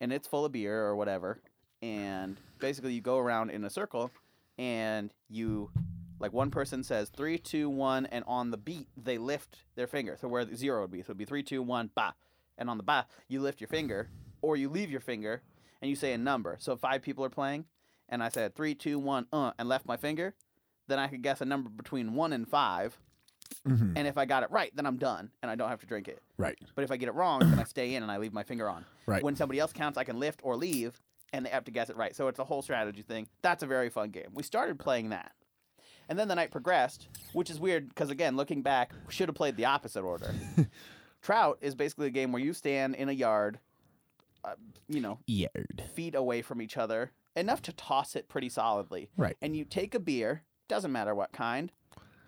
Speaker 1: and it's full of beer or whatever. And basically, you go around in a circle, and you, like one person says three, two, one, and on the beat they lift their finger. So where the zero would be, so it'd be three, two, one, ba, and on the ba you lift your finger or you leave your finger and you say a number. So if five people are playing, and I said three, two, one, uh, and left my finger, then I could guess a number between one and five.
Speaker 2: Mhm.
Speaker 1: And if I got it right, then I'm done, and I don't have to drink it.
Speaker 2: Right.
Speaker 1: But if I get it wrong, then I stay in and I leave my finger on.
Speaker 2: Right.
Speaker 1: When somebody else counts, I can lift or leave, and they have to guess it right. So it's a whole strategy thing. That's a very fun game. We started playing that. And then the night progressed, which is weird because, again, looking back, we should have played the opposite order. Trout is basically a game where you stand in a yard, uh, you know,
Speaker 2: Yard.
Speaker 1: feet away from each other, enough to toss it pretty solidly.
Speaker 2: Right.
Speaker 1: And you take a beer, doesn't matter what kind,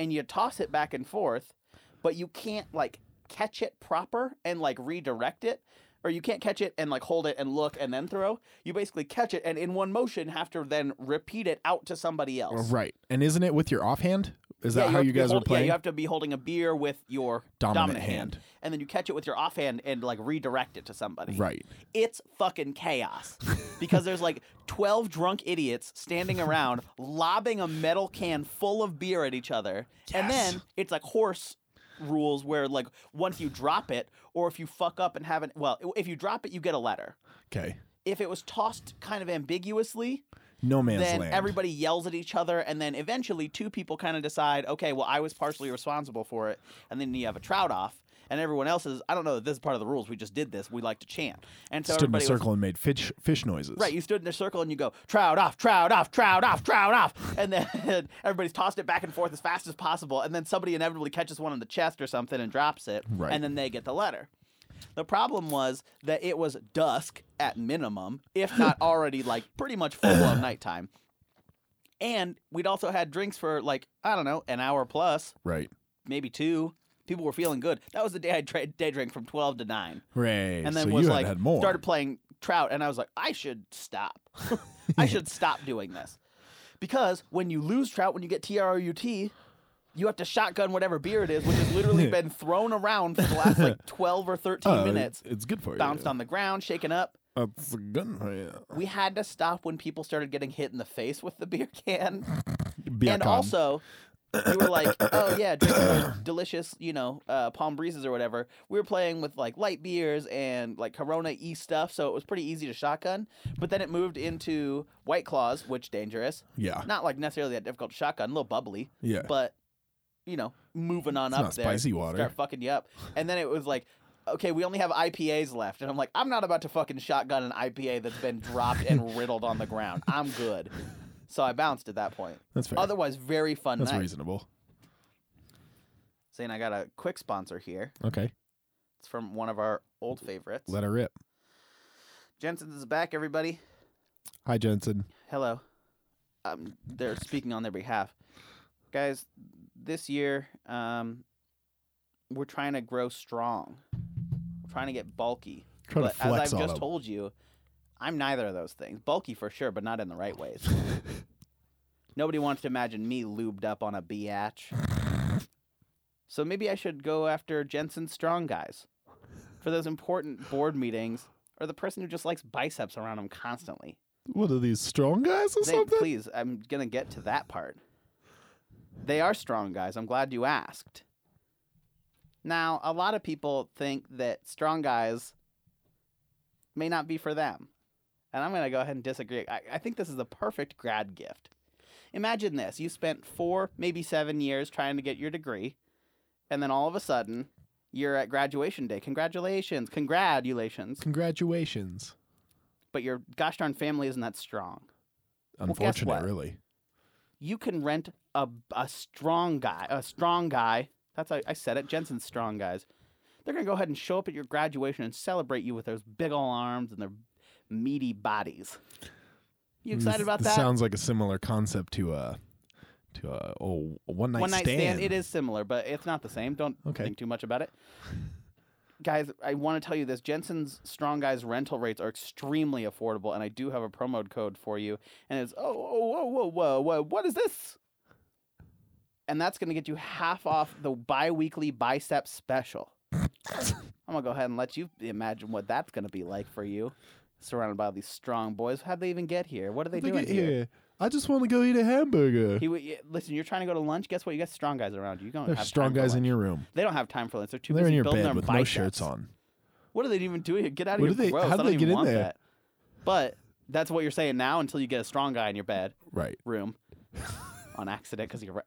Speaker 1: and you toss it back and forth, but you can't like catch it proper and like redirect it. Or you can't catch it and like hold it and look and then throw. You basically catch it and in one motion have to then repeat it out to somebody else.
Speaker 2: Right. And isn't it with your offhand? Is
Speaker 1: Yeah,
Speaker 2: that how
Speaker 1: have
Speaker 2: you
Speaker 1: to be
Speaker 2: guys were
Speaker 1: hold- Yeah,
Speaker 2: playing?
Speaker 1: you have to be holding a beer with your
Speaker 2: Dominant
Speaker 1: dominant,
Speaker 2: hand.
Speaker 1: hand. and then you catch it with your offhand and like redirect it to somebody
Speaker 2: right.
Speaker 1: it's fucking chaos because there's like 12 drunk idiots standing around lobbing a metal can full of beer at each other and
Speaker 2: Yes.
Speaker 1: then it's like horse rules where like once you drop it or if you fuck up and haven't well if you drop it you get a letter
Speaker 2: Okay.
Speaker 1: if it was tossed kind of ambiguously
Speaker 2: No man's
Speaker 1: then
Speaker 2: land.
Speaker 1: everybody yells at each other and then eventually two people kind of decide okay well i was partially responsible for it and then you have a trout off and everyone else is. I don't know that this is part of the rules. We just did this. We like to chant, and so
Speaker 2: Stood in a
Speaker 1: everybody was-
Speaker 2: circle and made fish fish noises.
Speaker 1: Right, you stood in a circle and you go, trout off, trout off, trout off, trout off. And then everybody's tossed it back and forth as fast as possible. And then somebody inevitably catches one on the chest or something and drops it.
Speaker 2: Right.
Speaker 1: And then they get the letter. The problem was that it was dusk at minimum, if not already like pretty much full blown nighttime. And we'd also had drinks for like, I don't know, an hour plus,
Speaker 2: Right.
Speaker 1: maybe two. People were feeling good. That was the day I tra- day drank from 12 to 9
Speaker 2: Right.
Speaker 1: and then
Speaker 2: so
Speaker 1: was
Speaker 2: you had
Speaker 1: like
Speaker 2: had more.
Speaker 1: started playing trout and i was like i should stop i should stop doing this because when you lose trout when you get t-r-o-u-t you have to shotgun whatever beer it is which has literally been thrown around for the last like 12 or 13
Speaker 2: Oh,
Speaker 1: minutes
Speaker 2: It's good for
Speaker 1: bounced
Speaker 2: you.
Speaker 1: on the ground shaken up
Speaker 2: That's good for you.
Speaker 1: we had to stop when people started getting hit in the face with the beer can
Speaker 2: Beer
Speaker 1: and
Speaker 2: con.
Speaker 1: also, we were like, oh yeah, drink those delicious, you know, uh, palm breezes or whatever. We were playing with like light beers and like Corona e stuff, so it was pretty easy to shotgun. But then it moved into White Claws, which dangerous.
Speaker 2: yeah,
Speaker 1: Not like necessarily that difficult to shotgun, a little bubbly,
Speaker 2: yeah.
Speaker 1: but you know, moving on
Speaker 2: It's
Speaker 1: up
Speaker 2: not
Speaker 1: there,
Speaker 2: spicy water.
Speaker 1: start fucking you up. And then it was like. Okay, we only have IPAs left, and I'm like, I'm not about to fucking shotgun an IPA that's been dropped and riddled on the ground. I'm good, so I bounced at that point.
Speaker 2: That's fair.
Speaker 1: Otherwise, very fun
Speaker 2: That's
Speaker 1: night.
Speaker 2: reasonable.
Speaker 1: Saying I got a quick sponsor here.
Speaker 2: Okay,
Speaker 1: It's from one of our old favorites.
Speaker 2: let her rip.
Speaker 1: Jensen's is back, everybody.
Speaker 2: Hi, Jensen.
Speaker 1: Hello. Um, they're speaking on their behalf. Guys, this year, um, we're trying to grow strong. We're trying to get bulky.
Speaker 2: Trying
Speaker 1: but
Speaker 2: to flex
Speaker 1: as I've
Speaker 2: on
Speaker 1: just
Speaker 2: him.
Speaker 1: told you, I'm neither of those things. Bulky for sure, but not in the right ways. Nobody wants to imagine me lubed up on a biatch. So maybe I should go after Jensen Strong guys for those important board meetings or the person who just likes biceps around him constantly.
Speaker 2: What are these strong guys or
Speaker 1: They-
Speaker 2: something?
Speaker 1: please, I'm gonna get to that part. They are strong guys. I'm glad you asked. Now, a lot of people think that strong guys may not be for them, and I'm gonna go ahead and disagree. I, I think this is the perfect grad gift. Imagine this: you spent four, maybe seven years trying to get your degree, and then all of a sudden, you're at graduation day. Congratulations, congratulations!
Speaker 2: Congratulations.
Speaker 1: But your gosh darn family isn't that strong. guess
Speaker 2: Unfortunate,
Speaker 1: what?
Speaker 2: really.
Speaker 1: you can rent a, a strong guy, a strong guy. That's how I said it. Jensen's strong guys. They're gonna go ahead and show up at your graduation and celebrate you with those big ol' arms and their meaty bodies. You excited
Speaker 2: Mm, This-
Speaker 1: about
Speaker 2: this
Speaker 1: that?
Speaker 2: Sounds like a similar concept to a to a oh one night
Speaker 1: One night
Speaker 2: stand.
Speaker 1: stand. It is similar, but it's not the same. Don't
Speaker 2: Okay.
Speaker 1: think too much about it. Guys, I want to tell you this. Jensen's Strong Guys rental rates are extremely affordable, and I do have a promo code for you. And it's, oh, oh whoa, whoa, whoa, whoa, what is this? And that's going to get you half off the bi weekly bicep special. I'm going to go ahead and let you imagine what that's going to be like for you, surrounded by all these strong boys. How'd they even get here? What are they
Speaker 2: Look
Speaker 1: doing
Speaker 2: at
Speaker 1: here?
Speaker 2: here. I just want to go eat a hamburger.
Speaker 1: He would yeah, listen. You're trying to go to lunch. Guess what? You got strong guys around you. You don't
Speaker 2: There's
Speaker 1: have
Speaker 2: strong
Speaker 1: time for
Speaker 2: guys in
Speaker 1: lunch.
Speaker 2: your room.
Speaker 1: They don't have time for lunch. They're too
Speaker 2: They're
Speaker 1: busy
Speaker 2: in your
Speaker 1: building
Speaker 2: bed
Speaker 1: their
Speaker 2: with no
Speaker 1: biceps.
Speaker 2: shirts on.
Speaker 1: What are they even doing? here? Get out of
Speaker 2: What
Speaker 1: your
Speaker 2: do they-
Speaker 1: gross.
Speaker 2: how
Speaker 1: I
Speaker 2: do
Speaker 1: don't
Speaker 2: they
Speaker 1: even
Speaker 2: get in
Speaker 1: want
Speaker 2: there?
Speaker 1: that. But that's what you're saying now until you get a strong guy in your bed
Speaker 2: Right.
Speaker 1: room on accident because you're right.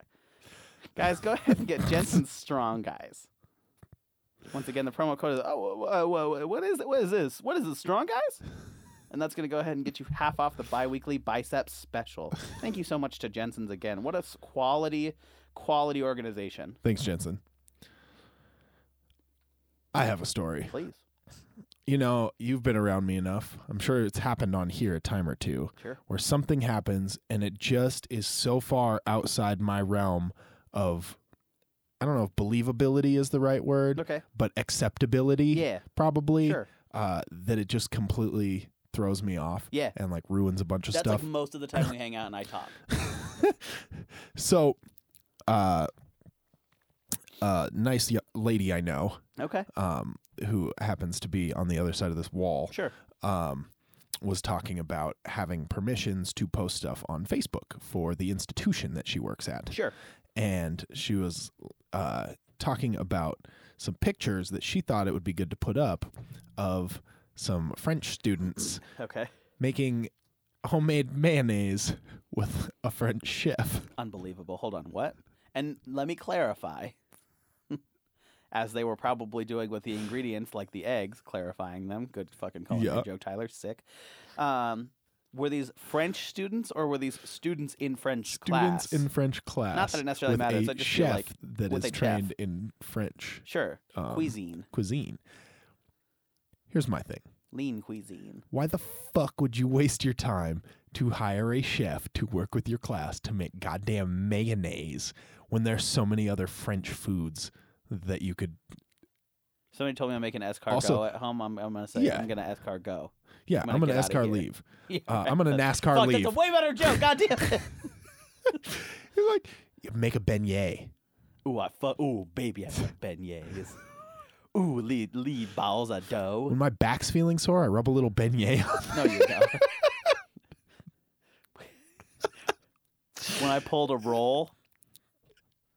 Speaker 1: Guys, go ahead and get Jensen's strong guys. Once again, the promo code is oh whoa, whoa, whoa, whoa, what is it? What is this? What is this? Strong guys? And that's going to go ahead and get you half off the bi-weekly biceps special. Thank you so much to Jensen's again. What a s- quality, quality organization.
Speaker 2: Thanks, Jensen. I have a story.
Speaker 1: Please,
Speaker 2: You know, you've been around me enough. I'm sure it's happened on here a time or two
Speaker 1: Sure.
Speaker 2: where something happens and it just is so far outside my realm of I don't know if believability is the right word,
Speaker 1: okay,
Speaker 2: but acceptability
Speaker 1: yeah,
Speaker 2: probably
Speaker 1: sure,
Speaker 2: uh, that it just completely throws me off
Speaker 1: yeah.
Speaker 2: and like ruins a bunch of
Speaker 1: That's
Speaker 2: stuff.
Speaker 1: like most of the time we hang out and I talk.
Speaker 2: so, uh, uh, nice y- lady I know
Speaker 1: Okay,
Speaker 2: um, who happens to be on the other side of this wall
Speaker 1: sure,
Speaker 2: um, was talking about having permissions to post stuff on Facebook for the institution that she works at.
Speaker 1: sure.
Speaker 2: And she was uh, talking about some pictures that she thought it would be good to put up of some French students
Speaker 1: Okay,
Speaker 2: making homemade mayonnaise with a French chef.
Speaker 1: unbelievable. Hold on, what? And let me clarify. as they were probably doing with the ingredients, like the eggs, clarifying them. Good fucking call,
Speaker 2: Yeah.
Speaker 1: Joe Tyler. Sick. Um, were these French students or were these students in French
Speaker 2: Students
Speaker 1: class?
Speaker 2: in French class.
Speaker 1: Not that it necessarily
Speaker 2: with
Speaker 1: matters,
Speaker 2: A
Speaker 1: I just feel
Speaker 2: chef
Speaker 1: like
Speaker 2: that
Speaker 1: with
Speaker 2: is
Speaker 1: a chef.
Speaker 2: trained in French
Speaker 1: sure,
Speaker 2: um,
Speaker 1: cuisine,
Speaker 2: cuisine. Here's my thing.
Speaker 1: lean cuisine.
Speaker 2: Why the fuck would you waste your time to hire a chef to work with your class to make goddamn mayonnaise when there's so many other French foods that you could
Speaker 1: Somebody told me I'm making escargot
Speaker 2: Also-
Speaker 1: at home. I'm, I'm gonna say
Speaker 2: Yeah.
Speaker 1: I'm gonna escargot.
Speaker 2: Yeah,
Speaker 1: I'm
Speaker 2: I'm,
Speaker 1: gonna
Speaker 2: gonna
Speaker 1: get outta
Speaker 2: NASCAR
Speaker 1: here.
Speaker 2: leave.
Speaker 1: Yeah,
Speaker 2: Uh, I'm gonna NASCAR
Speaker 1: Fuck,
Speaker 2: leave.
Speaker 1: that's a way better joke. Goddamn. it.
Speaker 2: He's like, "You make a beignet.
Speaker 1: ooh, I fuck. Ooh, baby, I fuck beignets. Ooh, lead lead balls of dough.
Speaker 2: When my back's feeling sore, I rub a little beignet. on
Speaker 1: No, you don't. when I pulled a roll,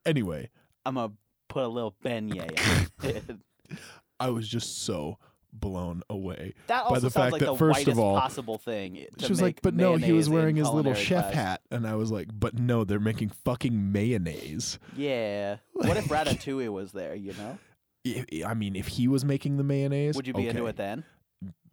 Speaker 2: anyway,
Speaker 1: I'm gonna put a little beignet. in it.
Speaker 2: I was just so blown away.
Speaker 1: that
Speaker 2: By
Speaker 1: also
Speaker 2: the
Speaker 1: sounds
Speaker 2: fact
Speaker 1: like
Speaker 2: that
Speaker 1: the
Speaker 2: first of
Speaker 1: whitest
Speaker 2: all-
Speaker 1: possible thing. To
Speaker 2: she was
Speaker 1: make
Speaker 2: like, "But no, he
Speaker 1: mayonnaise
Speaker 2: was
Speaker 1: in
Speaker 2: wearing his little
Speaker 1: culinary
Speaker 2: chef
Speaker 1: class."
Speaker 2: hat," and I was like, "But no, they're making fucking mayonnaise."
Speaker 1: Yeah. What if Ratatouille was there? You know,
Speaker 2: I- I mean, if he was making the mayonnaise,
Speaker 1: would you be into
Speaker 2: okay.
Speaker 1: it then?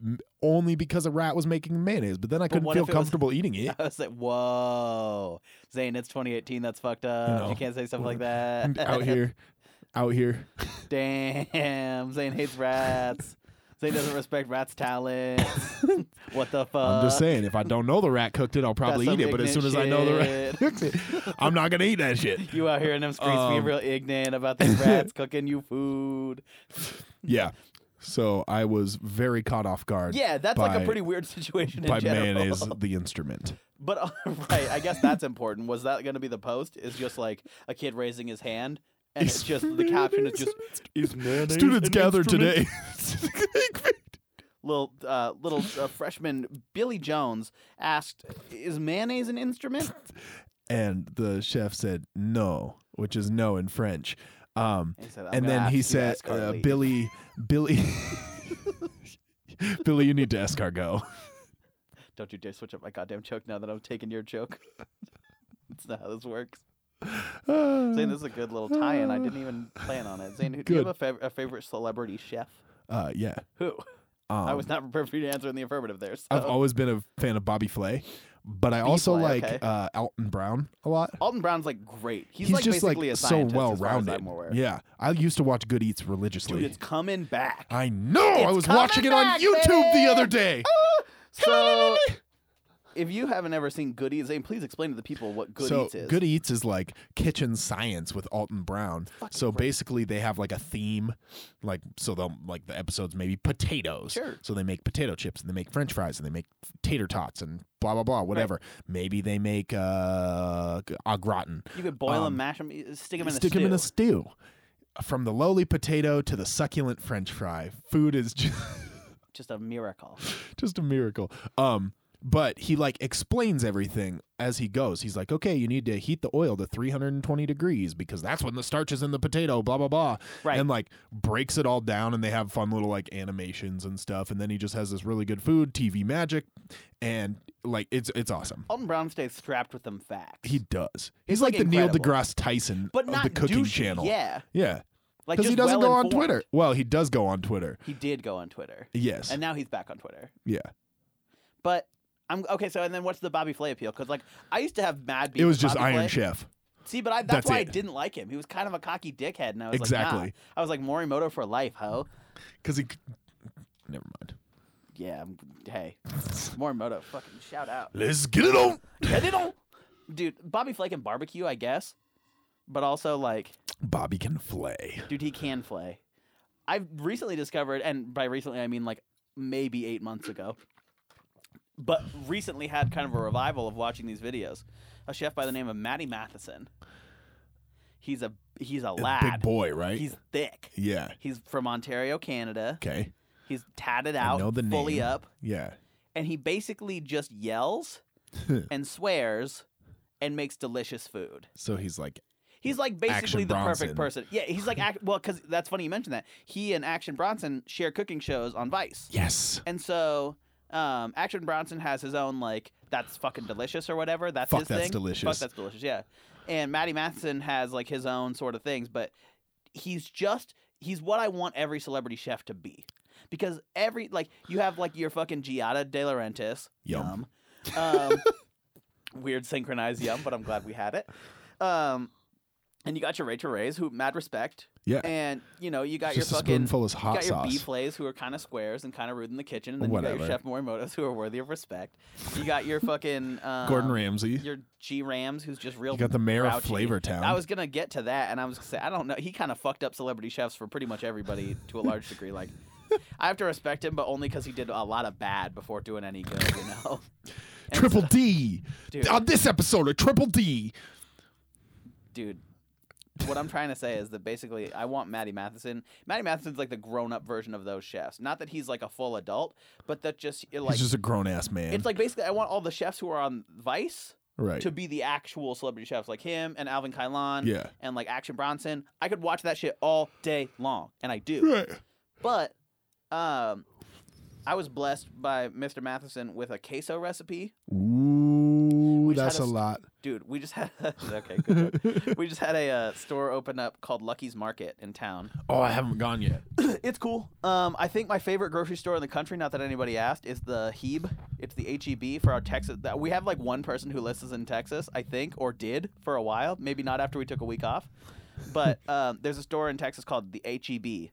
Speaker 2: M- Only because a rat was making the mayonnaise, but then I
Speaker 1: But
Speaker 2: couldn't
Speaker 1: what
Speaker 2: feel
Speaker 1: if it was-
Speaker 2: comfortable eating it.
Speaker 1: I was like, whoa, Zane, it's 2018. That's fucked up. You,
Speaker 2: know,
Speaker 1: can't say stuff like
Speaker 2: And
Speaker 1: that.
Speaker 2: out here, out here,
Speaker 1: Damn, Zane hates rats. Zane doesn't respect rats' talent. what the fuck?
Speaker 2: I'm just saying, if I don't know the rat cooked it, I'll probably
Speaker 1: some
Speaker 2: eat it. But as soon as I know the rat
Speaker 1: ignorant
Speaker 2: cooked it, I'm not gonna eat that shit.
Speaker 1: You out here in them streets being
Speaker 2: Um,
Speaker 1: real ignorant about these rats cooking you food.
Speaker 2: Yeah. So I was very caught off guard.
Speaker 1: Yeah, that's like
Speaker 2: by-
Speaker 1: a pretty weird situation
Speaker 2: by
Speaker 1: in general.
Speaker 2: mayonnaise, the instrument.
Speaker 1: But uh, right, I guess that's important. Was that going to be the post? Is just like a kid raising his hand, and it's just the caption is just is mayonnaise
Speaker 2: Students
Speaker 1: an
Speaker 2: gathered
Speaker 1: instrument?"
Speaker 2: today.
Speaker 1: Little uh, little uh, freshman Billy Jones asked, "Is mayonnaise an instrument?"
Speaker 2: and the chef said no, which is no in French.
Speaker 1: And,
Speaker 2: Um,
Speaker 1: he said, "I'm
Speaker 2: and
Speaker 1: gonna
Speaker 2: then
Speaker 1: ask
Speaker 2: he
Speaker 1: you to
Speaker 2: said,
Speaker 1: ask
Speaker 2: uh,
Speaker 1: Carly."
Speaker 2: "Billy, Billy, Billy, you need to escargot."
Speaker 1: Don't you dare switch up my goddamn joke now that I'm taking your joke. That's not how this works.
Speaker 2: Uh,
Speaker 1: Zane, this is a good little tie-in. I didn't even plan on it. Zane, who, do you have a, fav- a favorite celebrity chef?
Speaker 2: Uh, yeah,
Speaker 1: Who?
Speaker 2: um,
Speaker 1: I was not prepared for you to answer in the affirmative there. So.
Speaker 2: I've always been a fan of Bobby Flay, but I also
Speaker 1: Flay,
Speaker 2: like
Speaker 1: okay.
Speaker 2: uh, Alton Brown a lot.
Speaker 1: Alton Brown's like great. He's, like
Speaker 2: just like
Speaker 1: basically a
Speaker 2: so
Speaker 1: scientist
Speaker 2: well
Speaker 1: as far as
Speaker 2: rounded.
Speaker 1: I'm aware.
Speaker 2: Yeah, I used to watch Good Eats religiously.
Speaker 1: Dude, it's coming back.
Speaker 2: I know. I
Speaker 1: It's
Speaker 2: was
Speaker 1: coming
Speaker 2: watching it on
Speaker 1: back,
Speaker 2: YouTube
Speaker 1: baby! Oh,
Speaker 2: the other day.
Speaker 1: So, if you haven't ever seen Good Eats, Zane, please explain to the people what Good
Speaker 2: so
Speaker 1: Eats is.
Speaker 2: Good Eats is like kitchen science with Alton Brown. So basically, they have like a theme, like so they'll like the episodes maybe potatoes.
Speaker 1: Sure.
Speaker 2: So they make potato chips and they make French fries and they make tater tots and blah blah blah whatever. Maybe they make uh, au gratin.
Speaker 1: you could boil
Speaker 2: um,
Speaker 1: them, mash them, stick them in
Speaker 2: Stick
Speaker 1: a stew.
Speaker 2: them in a stew. From the lowly potato to the succulent French fry, food is just.
Speaker 1: Just a miracle.
Speaker 2: just a miracle. Um, but he like explains everything as he goes. He's like, okay, you need to heat the oil to 320 degrees because that's when the starch is in the potato, blah, blah, blah.
Speaker 1: Right.
Speaker 2: And like breaks it all down and they have fun little like animations and stuff. And then he just has this really good food, TV magic, and like it's it's awesome.
Speaker 1: Alton Brown stays strapped with them facts.
Speaker 2: He does. He's
Speaker 1: like,
Speaker 2: like, the Neil
Speaker 1: incredible.
Speaker 2: deGrasse Tyson
Speaker 1: but
Speaker 2: of
Speaker 1: not
Speaker 2: the cooking
Speaker 1: douchey,
Speaker 2: channel.
Speaker 1: Yeah,
Speaker 2: Yeah.
Speaker 1: like
Speaker 2: Because
Speaker 1: just
Speaker 2: he doesn't go on
Speaker 1: well-informed.
Speaker 2: Twitter. Well, he does go on Twitter.
Speaker 1: He did go on Twitter,
Speaker 2: Yes.
Speaker 1: and now he's back on Twitter.
Speaker 2: yeah.
Speaker 1: But I'm okay. So and then what's the Bobby Flay appeal? Because like I used to have mad. beef
Speaker 2: It was
Speaker 1: with
Speaker 2: just
Speaker 1: Bobby
Speaker 2: Iron
Speaker 1: Flay.
Speaker 2: Chef.
Speaker 1: See, but I, that's,
Speaker 2: That's
Speaker 1: why I
Speaker 2: it.
Speaker 1: didn't like him. He was kind of a cocky dickhead, and I was like,
Speaker 2: Exactly.
Speaker 1: nah. I was like Morimoto for life, ho.
Speaker 2: Because he. Never mind.
Speaker 1: Yeah, I'm, hey, Morimoto, fucking shout out.
Speaker 2: Let's get it on.
Speaker 1: And it all- dude, Bobby Flay can barbecue, I guess, but also like,
Speaker 2: Bobby can flay.
Speaker 1: dude, he can flay. I've recently discovered, and by recently I mean like maybe eight months ago, but recently had kind of a revival of watching these videos. A chef by the name of Matty Matheson. He's a he's a lad.
Speaker 2: Big boy, right?
Speaker 1: He's thick.
Speaker 2: yeah.
Speaker 1: He's from Ontario, Canada.
Speaker 2: Okay.
Speaker 1: He's tatted
Speaker 2: I
Speaker 1: out,
Speaker 2: know the
Speaker 1: fully
Speaker 2: name.
Speaker 1: up,
Speaker 2: Yeah.
Speaker 1: and he basically just yells and swears and makes delicious food.
Speaker 2: So he's like,
Speaker 1: He's like basically
Speaker 2: Action
Speaker 1: the
Speaker 2: Bronson.
Speaker 1: perfect person. Yeah, he's like act- well, because that's funny you mentioned that. He and Action Bronson share cooking shows on Vice,
Speaker 2: yes.
Speaker 1: and so um, Action Bronson has his own like that's fucking delicious or whatever. That's
Speaker 2: Fuck,
Speaker 1: his
Speaker 2: that's
Speaker 1: thing.
Speaker 2: delicious.
Speaker 1: Fuck that's delicious. Yeah, and Maddie Matheson has like his own sort of things, but he's just he's what I want every celebrity chef to be. Because every like you have like your fucking Giada De Laurentiis,
Speaker 2: Yum.
Speaker 1: yum. Um, weird synchronized yum, but I'm glad we had it. Um, and you got your Rachel Ray's, who mad respect,
Speaker 2: Yeah.
Speaker 1: and you know you got
Speaker 2: Just
Speaker 1: your
Speaker 2: a
Speaker 1: fucking
Speaker 2: spoonful is
Speaker 1: you
Speaker 2: hot
Speaker 1: got your
Speaker 2: sauce.
Speaker 1: B flays who are kind of squares and kind of rude in the kitchen, and then you got your
Speaker 2: Whatever.
Speaker 1: Chef Morimoto's who are worthy of respect. You got your fucking um,
Speaker 2: Gordon Ramsay.
Speaker 1: your G Rams who's just real.
Speaker 2: You got the mayor of
Speaker 1: grouchy.
Speaker 2: Flavortown.
Speaker 1: I was gonna get to that, and I was gonna say I don't know. He kind of fucked up celebrity chefs for pretty much everybody to a large degree. Like, I have to respect him, but only because he did a lot of bad before doing any good. You know, And
Speaker 2: Triple D.
Speaker 1: Dude.
Speaker 2: On this episode of Triple D.
Speaker 1: dude. What I'm trying to say is that basically I want Matty Matheson. Matty Matheson's like the grown-up version of those chefs. Not that he's like a full adult, but that just it, like
Speaker 2: He's just a grown ass man.
Speaker 1: it's like basically I want all the chefs who are on Vice
Speaker 2: right.
Speaker 1: to be the actual celebrity chefs, like him and Alvin Kailan
Speaker 2: Yeah.
Speaker 1: and like Action Bronson. I could watch that shit all day long, and I do.
Speaker 2: Right.
Speaker 1: but um, I was blessed by Mr. Matheson with a queso recipe.
Speaker 2: Ooh,
Speaker 1: just
Speaker 2: that's
Speaker 1: had
Speaker 2: a
Speaker 1: a s-
Speaker 2: lot.
Speaker 1: Dude, we just had okay, good joke. we just had a uh, store open up called Lucky's Market in town.
Speaker 2: Oh, I haven't gone yet.
Speaker 1: it's cool. Um, I think my favorite grocery store in the country, not that anybody asked, is the Heb. It's the H E B for our Texas. That we have like one person who lives in Texas, I think, or did for a while. Maybe not after we took a week off. But um, there's a store in Texas called the H E B,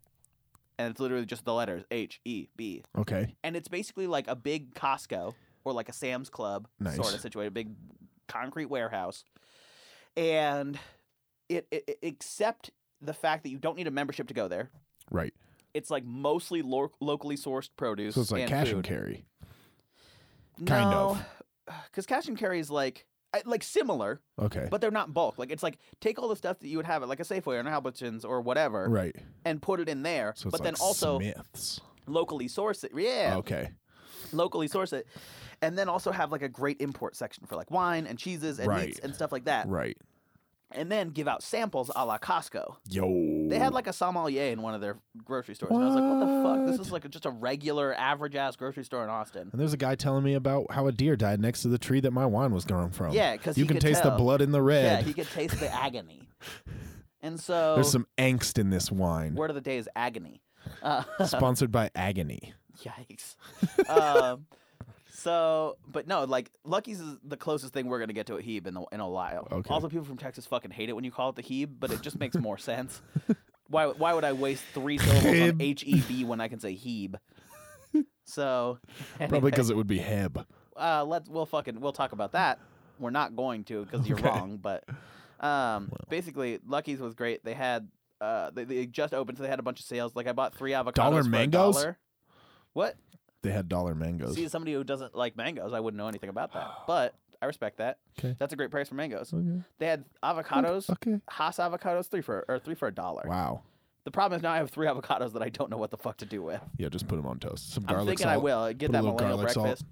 Speaker 1: and it's literally just the letters H E B,
Speaker 2: Okay.
Speaker 1: and it's basically like a big Costco or like a Sam's Club
Speaker 2: Nice.
Speaker 1: sort of situation, a big concrete warehouse, and it, it, it except the fact that you don't need a membership to go there
Speaker 2: Right.
Speaker 1: it's like mostly lo- locally sourced produce.
Speaker 2: So it's like
Speaker 1: and
Speaker 2: cash
Speaker 1: food.
Speaker 2: and carry. kind of. Eh.
Speaker 1: because cash and carry is like I- like similar,
Speaker 2: Okay.
Speaker 1: but they're not bulk. Like it's like take all the stuff that you would have at like a Safeway or an Albertsons or whatever,
Speaker 2: right.
Speaker 1: and put it in there.
Speaker 2: So it's
Speaker 1: but
Speaker 2: like Oh.
Speaker 1: then also
Speaker 2: Smiths.
Speaker 1: locally source it. Yeah,
Speaker 2: Okay.
Speaker 1: locally source it, and then also have like a great import section for like wine and cheeses and
Speaker 2: Right.
Speaker 1: meats and stuff like that,
Speaker 2: Right.
Speaker 1: and then give out samples a la Costco.
Speaker 2: Yo.
Speaker 1: They had like a sommelier in one of their grocery stores, and I was like, "What the fuck? This is like just a regular, average ass grocery store in Austin."
Speaker 2: And there's a guy telling me about how a deer died next to the tree that my wine was grown from.
Speaker 1: Yeah, because
Speaker 2: You can taste the blood in the
Speaker 1: Yeah,
Speaker 2: red.
Speaker 1: he could taste the agony. And so,
Speaker 2: There's some angst in this wine.
Speaker 1: word of the day is agony. Uh,
Speaker 2: Sponsored by Agony.
Speaker 1: yikes. um, so, but no, like Lucky's is the closest thing we're gonna get to a Hebe in the, in a while.
Speaker 2: Okay.
Speaker 1: Also, people from Texas fucking hate it when you call it the Hebe, but it just makes more sense. Why? Why would I waste three syllables on
Speaker 2: Hebe.
Speaker 1: H E B when I can say Hebe? So,
Speaker 2: Probably
Speaker 1: anyway,
Speaker 2: because it would be Heb.
Speaker 1: uh, let's we'll fucking we'll talk about that. We're not going to because you're
Speaker 2: Okay.
Speaker 1: wrong, but um, basically, Lucky's was great. They had uh, they, they just opened, so they had a bunch of sales. Like I bought three avocados
Speaker 2: Dollar
Speaker 1: for
Speaker 2: mangoes?
Speaker 1: a dollar. What?
Speaker 2: They had dollar mangoes.
Speaker 1: See, as somebody who doesn't like mangoes, I wouldn't know anything about that, but I respect that.
Speaker 2: 'Kay.
Speaker 1: That's a great price for mangoes.
Speaker 2: Okay.
Speaker 1: They had avocados,
Speaker 2: Okay.
Speaker 1: Haas avocados, three for or three for a dollar.
Speaker 2: Wow.
Speaker 1: The problem is now I have three avocados that I don't know what the fuck to do with.
Speaker 2: Yeah, just put them on toast. Some
Speaker 1: I'm
Speaker 2: garlic
Speaker 1: thinking
Speaker 2: salt.
Speaker 1: I will get
Speaker 2: Put a
Speaker 1: that
Speaker 2: little
Speaker 1: millennial
Speaker 2: garlic salt.
Speaker 1: breakfast.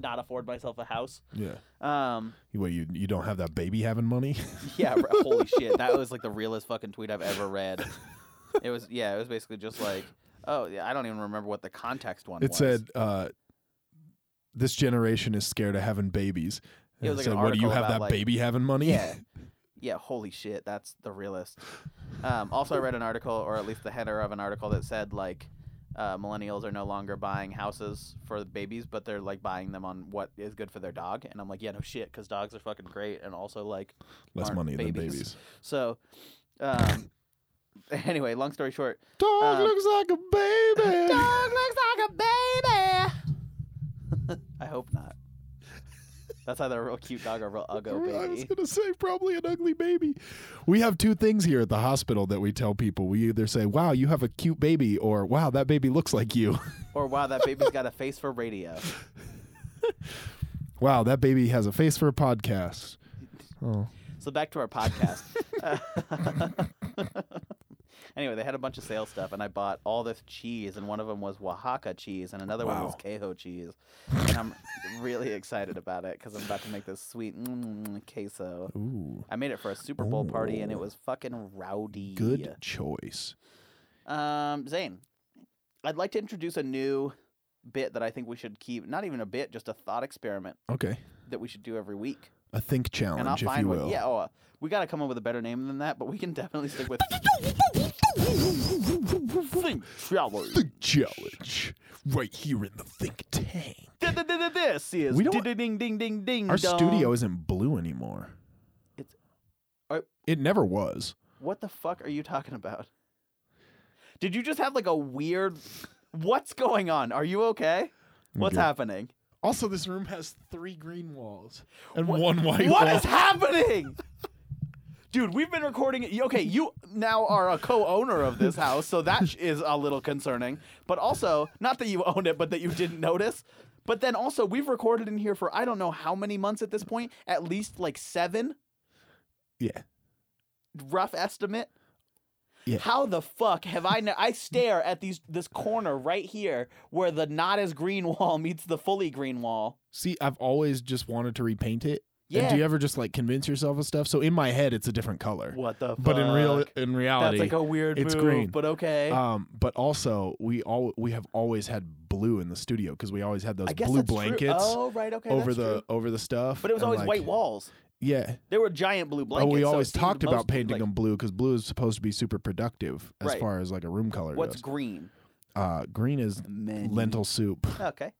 Speaker 1: Not afford myself a house.
Speaker 2: Yeah.
Speaker 1: Um,
Speaker 2: You- What you you don't have that baby having money?
Speaker 1: Yeah, r- holy shit. That was like the realest fucking tweet I've ever read. It was yeah, it was basically just like, oh, yeah, I don't even remember what the context one
Speaker 2: it
Speaker 1: was.
Speaker 2: said uh, this generation is scared of having babies.
Speaker 1: Yeah, it was like
Speaker 2: And
Speaker 1: an
Speaker 2: said, what do you
Speaker 1: article
Speaker 2: have
Speaker 1: about,
Speaker 2: that
Speaker 1: like-
Speaker 2: baby having money?
Speaker 1: Yeah. Yeah, holy shit, that's the realest. Um, also I read an article or at least the header of an article that said like uh, millennials are no longer buying houses for babies, but they're like buying them on what is good for their dog. And I'm like, yeah, no shit, because dogs are fucking great, and also like
Speaker 2: Less
Speaker 1: aren't
Speaker 2: money than
Speaker 1: babies.
Speaker 2: babies.
Speaker 1: so. Um, anyway, long story short,
Speaker 2: Dog
Speaker 1: Um,
Speaker 2: looks like a baby.
Speaker 1: looks like a baby. I hope not. That's either a real cute dog or a real uggo
Speaker 2: I was
Speaker 1: baby.
Speaker 2: gonna say probably an ugly baby. We have two things here at the hospital that we tell people. We either say, "Wow, you have a cute baby," or "Wow, that baby looks like you."
Speaker 1: Or wow, that baby's got a face for radio.
Speaker 2: wow, that baby has a face for a podcast. Oh,
Speaker 1: So back to our podcast. anyway, they had a bunch of sale stuff, and I bought all this cheese, and one of them was Oaxaca cheese, and another one was
Speaker 2: Wow.
Speaker 1: Quejo cheese, and I'm really excited about it because I'm about to make this sweet mm, queso.
Speaker 2: ooh,
Speaker 1: I made it for a Super Bowl party, and it
Speaker 2: Ooh.
Speaker 1: was fucking rowdy.
Speaker 2: good choice.
Speaker 1: Um, Zane, I'd like to introduce a new bit that I think we should keep. Not even a bit, just a thought experiment
Speaker 2: Okay,
Speaker 1: that we should do every week.
Speaker 2: a think challenge,
Speaker 1: and I'll
Speaker 2: if
Speaker 1: find
Speaker 2: you
Speaker 1: one.
Speaker 2: will.
Speaker 1: Yeah, oh, uh, we got to come up with a better name than that, but we can definitely stick with Think Challenge.
Speaker 2: Think challenge, right here in the think tank.
Speaker 1: This is
Speaker 2: We don't-
Speaker 1: ding ding ding ding ding.
Speaker 2: Our
Speaker 1: dong.
Speaker 2: studio isn't blue anymore.
Speaker 1: It's- I-
Speaker 2: it never was.
Speaker 1: What the fuck are you talking about? Did you just have like a weird? What's going on? Are you okay? What's
Speaker 2: Good.
Speaker 1: happening?
Speaker 2: Also, this room has three green walls and
Speaker 1: What-
Speaker 2: one white
Speaker 1: What
Speaker 2: wall.
Speaker 1: is happening? Dude, we've been recording. it- Okay, you now are a co-owner of this house, so that is a little concerning. But also, not that you owned it, but that you didn't notice. But then also, we've recorded in here for I don't know how many months at this point. At least like seven,
Speaker 2: yeah.
Speaker 1: rough estimate.
Speaker 2: Yeah.
Speaker 1: How the fuck have I? Ne- I stare at these this corner right here where the not as green wall meets the fully green wall.
Speaker 2: See, I've always just wanted to repaint it. And
Speaker 1: Yeah.
Speaker 2: do you ever just like convince yourself of stuff? So in my head, it's a different color.
Speaker 1: what the? Fuck?
Speaker 2: But in real, in reality,
Speaker 1: That's like a weird
Speaker 2: it's
Speaker 1: move,
Speaker 2: green.
Speaker 1: but okay.
Speaker 2: um, but also we all we have always had blue in the studio because we always had those
Speaker 1: I guess
Speaker 2: blue
Speaker 1: that's true.
Speaker 2: blankets
Speaker 1: Oh, right, okay,
Speaker 2: over
Speaker 1: that's
Speaker 2: the
Speaker 1: true.
Speaker 2: over the stuff.
Speaker 1: But it was
Speaker 2: and,
Speaker 1: always
Speaker 2: like-
Speaker 1: white walls.
Speaker 2: Yeah.
Speaker 1: There were giant blue
Speaker 2: Oh,
Speaker 1: blankets.
Speaker 2: we
Speaker 1: so it
Speaker 2: always
Speaker 1: seemed
Speaker 2: talked
Speaker 1: most-
Speaker 2: about painting
Speaker 1: like,
Speaker 2: them blue because blue is supposed to be super productive as
Speaker 1: Right.
Speaker 2: far as like a room color
Speaker 1: What's
Speaker 2: goes.
Speaker 1: green?
Speaker 2: Uh, green is
Speaker 1: Menu.
Speaker 2: lentil soup.
Speaker 1: Okay.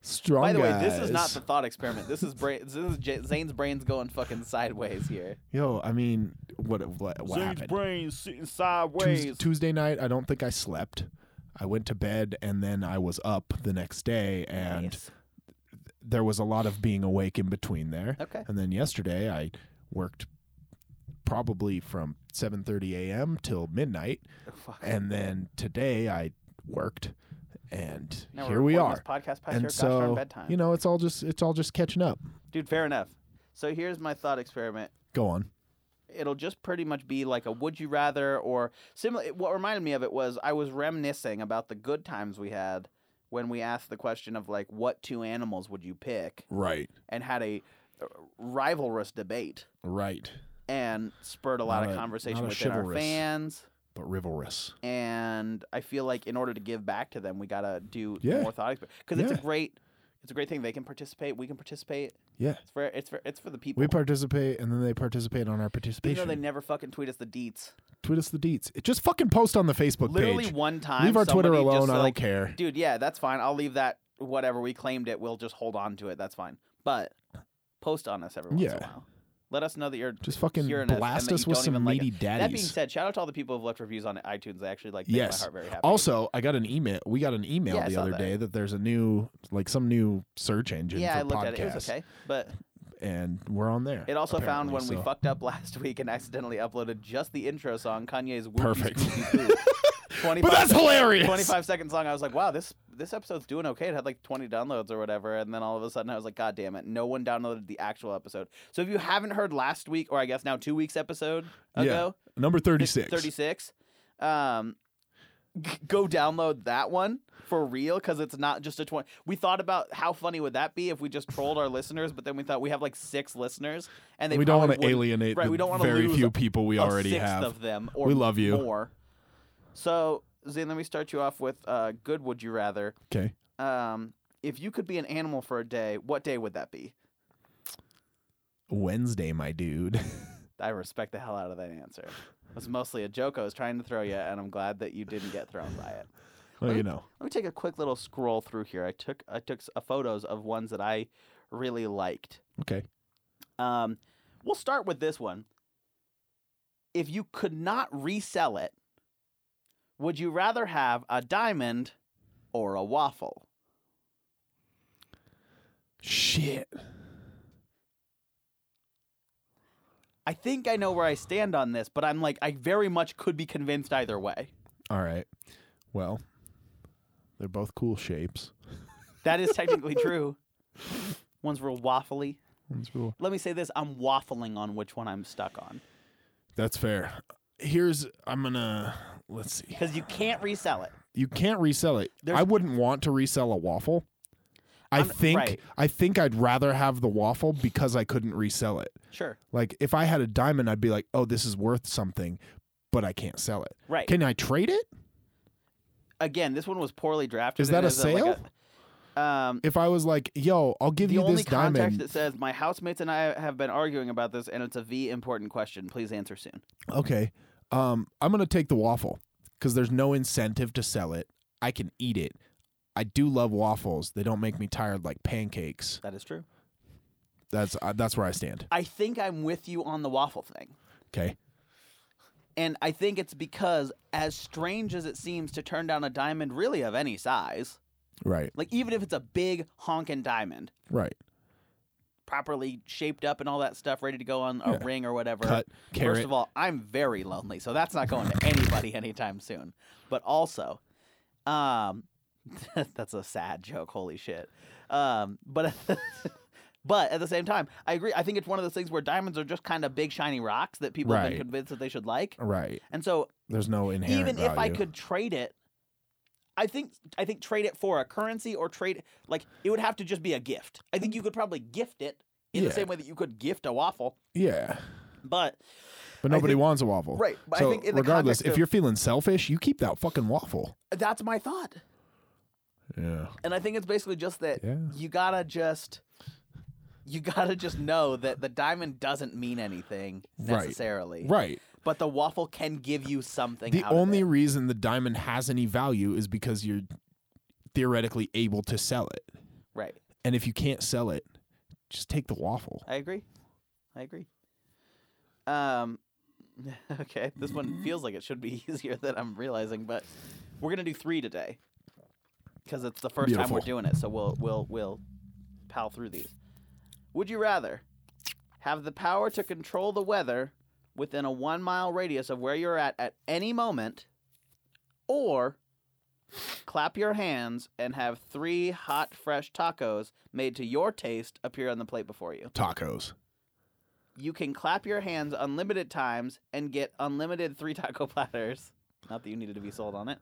Speaker 2: Strong.
Speaker 1: By the way, this is not
Speaker 2: guys.
Speaker 1: the thought experiment. This is brain. This is J- Zane's brain's going fucking sideways here.
Speaker 2: Yo, I mean, what what, what happened?
Speaker 1: brain's sitting
Speaker 2: Tues-
Speaker 1: sideways.
Speaker 2: Tuesday night, I don't think I slept. I went to bed and then I was up the next day, and there was a lot of being awake in between there.
Speaker 1: Okay.
Speaker 2: And then yesterday, I worked probably from 7:30 a.m. till midnight,
Speaker 1: Fuck.
Speaker 2: and then today I worked, and
Speaker 1: Now we're
Speaker 2: here we
Speaker 1: recording
Speaker 2: are.
Speaker 1: this Podcast past your
Speaker 2: And
Speaker 1: gosh darn
Speaker 2: so
Speaker 1: bedtime.
Speaker 2: you know, it's all just it's all just catching up.
Speaker 1: Dude, fair enough. So here's my thought experiment.
Speaker 2: Go on.
Speaker 1: it'll just pretty much be like a would you rather or similar what reminded me of it was i was reminiscing about the good times we had when we asked the question of like what two animals would you pick
Speaker 2: Right.
Speaker 1: and had a uh, rivalrous debate
Speaker 2: Right.
Speaker 1: and spurred a lot
Speaker 2: Not
Speaker 1: of
Speaker 2: a-
Speaker 1: conversation
Speaker 2: not a
Speaker 1: within our
Speaker 2: chivalrous.
Speaker 1: fans
Speaker 2: But rivalrous.
Speaker 1: and i feel like in order to give back to them we gotta do
Speaker 2: Yeah.
Speaker 1: more thought because it's
Speaker 2: Yeah.
Speaker 1: a great it's a great thing they can participate we can participate
Speaker 2: Yeah.
Speaker 1: it's for it's for it's for the people
Speaker 2: We participate, and then they participate on our participation.
Speaker 1: even though they never fucking tweet us the deets
Speaker 2: Tweet us the deets. It- Just fucking post on the Facebook
Speaker 1: Literally
Speaker 2: page.
Speaker 1: one time.
Speaker 2: Leave our Twitter
Speaker 1: somebody
Speaker 2: alone.
Speaker 1: Just
Speaker 2: I don't
Speaker 1: like,
Speaker 2: care.
Speaker 1: Dude, yeah, that's fine. I'll leave that. Whatever we claimed it, we'll just hold on to it. That's fine. But post on us every once in a
Speaker 2: Yeah.
Speaker 1: while. Let us know that you're
Speaker 2: Just fucking
Speaker 1: hearing us
Speaker 2: blast
Speaker 1: and that
Speaker 2: us
Speaker 1: you
Speaker 2: with
Speaker 1: don't
Speaker 2: some
Speaker 1: even like
Speaker 2: meaty
Speaker 1: it.
Speaker 2: daddies.
Speaker 1: That being said, shout out to all the people who've left reviews on iTunes. They actually like make
Speaker 2: Yes.
Speaker 1: my heart very happy.
Speaker 2: also, I got an email. We got an email
Speaker 1: Yeah, I
Speaker 2: the
Speaker 1: saw
Speaker 2: other
Speaker 1: that.
Speaker 2: day that there's a new, like, some new search engine
Speaker 1: yeah,
Speaker 2: for
Speaker 1: I looked
Speaker 2: podcasts,
Speaker 1: at it. It was okay, but
Speaker 2: and we're on there.
Speaker 1: it also found
Speaker 2: apparently,
Speaker 1: when we
Speaker 2: so-
Speaker 1: fucked up last week and accidentally uploaded just the intro song, Kanye's "Whoopee
Speaker 2: Perfect.
Speaker 1: Scoopy Doo." 25
Speaker 2: But that's hilarious.
Speaker 1: 25 second song. I was like, wow, this this episode's doing okay. It had like 20 downloads or whatever. And then all of a sudden I was like, God damn it. No one downloaded the actual episode. So if you haven't heard last week, or I guess now two weeks episode
Speaker 2: Yeah,
Speaker 1: ago,
Speaker 2: number
Speaker 1: th-
Speaker 2: 36.
Speaker 1: 36, um, g- go download that one for real because it's not just a 20. We thought about how funny would that be if we just trolled our listeners, but then we thought we have like six listeners and they
Speaker 2: we don't
Speaker 1: probably
Speaker 2: want to
Speaker 1: wouldn't-
Speaker 2: alienate
Speaker 1: right,
Speaker 2: the
Speaker 1: we don't wanna
Speaker 2: very
Speaker 1: lose
Speaker 2: few people we already
Speaker 1: a sixth
Speaker 2: have.
Speaker 1: of them or
Speaker 2: We love you.
Speaker 1: more. So, Zane, let me start you off with uh, good would you rather.
Speaker 2: okay.
Speaker 1: Um, if you could be an animal for a day, what day would that be?
Speaker 2: Wednesday, my dude.
Speaker 1: I respect the hell out of that answer. It was mostly a joke I was trying to throw you, and I'm glad that you didn't get thrown by it.
Speaker 2: well, you know.
Speaker 1: Let me take a quick little scroll through here. I took I took s- uh, photos of ones that I really liked.
Speaker 2: Okay.
Speaker 1: Um, we'll start with this one. If you could not resell it, would you rather have a diamond or a waffle?
Speaker 2: Shit.
Speaker 1: I think I know where I stand on this, but I'm like, I very much could be convinced either way.
Speaker 2: All right. Well, they're both cool shapes.
Speaker 1: That is technically true. One's real waffly.
Speaker 2: That's cool.
Speaker 1: Let me say this I'm waffling on which one I'm stuck on
Speaker 2: That's fair. Here's I'm gonna let's see.
Speaker 1: because you can't resell it.
Speaker 2: You can't resell it.
Speaker 1: There's-
Speaker 2: I wouldn't want to resell a waffle. I
Speaker 1: I'm-
Speaker 2: think
Speaker 1: right.
Speaker 2: I think I'd rather have the waffle because I couldn't resell it.
Speaker 1: Sure.
Speaker 2: Like if I had a diamond, I'd be like, oh, this is worth something, but I can't sell it.
Speaker 1: Right.
Speaker 2: Can I trade it?
Speaker 1: Again, this one was poorly drafted.
Speaker 2: Is that
Speaker 1: and
Speaker 2: a
Speaker 1: is a- like
Speaker 2: sale?
Speaker 1: a- Um,
Speaker 2: If I was like, yo, I'll give
Speaker 1: the
Speaker 2: you
Speaker 1: only
Speaker 2: this
Speaker 1: context
Speaker 2: diamond.
Speaker 1: that says my housemates and I have been arguing about this, and it's a V important question. Please answer soon.
Speaker 2: okay, um, I'm gonna take the waffle because there's no incentive to sell it. I can eat it. I do love waffles. They don't make me tired like pancakes.
Speaker 1: That is true.
Speaker 2: That's uh, that's where I stand.
Speaker 1: I think I'm with you on the waffle thing.
Speaker 2: Okay.
Speaker 1: And I think it's because, as strange as it seems to turn down a diamond really of any size,
Speaker 2: Right.
Speaker 1: like even if it's a big honkin' diamond,
Speaker 2: Right.
Speaker 1: properly shaped up and all that stuff, ready to go on a
Speaker 2: Yeah.
Speaker 1: ring or whatever.
Speaker 2: Cut. Carrot.
Speaker 1: First of all, I'm very lonely, so that's not going to anybody anytime soon. But also, um, that's a sad joke. Holy shit! Um, but but at the same time, I agree. I think it's one of those things where diamonds are just kind of big shiny rocks that people have
Speaker 2: Right.
Speaker 1: been convinced that they should like.
Speaker 2: right.
Speaker 1: And so,
Speaker 2: There's no inherent
Speaker 1: even if I
Speaker 2: value.
Speaker 1: could trade it, I think I think trade it for a currency or trade like it would have to just be a gift. I think you could probably gift it in
Speaker 2: Yeah.
Speaker 1: the same way that you could gift a waffle,
Speaker 2: Yeah.
Speaker 1: but
Speaker 2: But
Speaker 1: I
Speaker 2: nobody
Speaker 1: think-
Speaker 2: wants a waffle.
Speaker 1: right. But
Speaker 2: so
Speaker 1: I think in the
Speaker 2: regardless,
Speaker 1: context
Speaker 2: if
Speaker 1: of-
Speaker 2: you're feeling selfish, you keep that fucking waffle.
Speaker 1: that's my thought.
Speaker 2: Yeah.
Speaker 1: And I think it's basically just that
Speaker 2: Yeah.
Speaker 1: you gotta just you gotta just know that the diamond doesn't mean anything
Speaker 2: Right.
Speaker 1: necessarily.
Speaker 2: Right.
Speaker 1: But the waffle can give you something.
Speaker 2: The
Speaker 1: out of
Speaker 2: only
Speaker 1: it.
Speaker 2: reason the diamond has any value is because you're theoretically able to sell it.
Speaker 1: right.
Speaker 2: And if you can't sell it, just take the waffle.
Speaker 1: I agree. I agree. Um okay. This one feels like it should be easier than I'm realizing, but we're gonna do three today. Because it's the first time we're
Speaker 2: Beautiful.
Speaker 1: doing it, so we'll we'll we'll pal through these. Would you rather have the power to control the weather within a one mile radius of where you're at at any moment, or clap your hands and have three hot, fresh tacos made to your taste appear on the plate before you?
Speaker 2: Tacos.
Speaker 1: you can clap your hands unlimited times and get unlimited three taco platters. Not that you needed to be sold on it.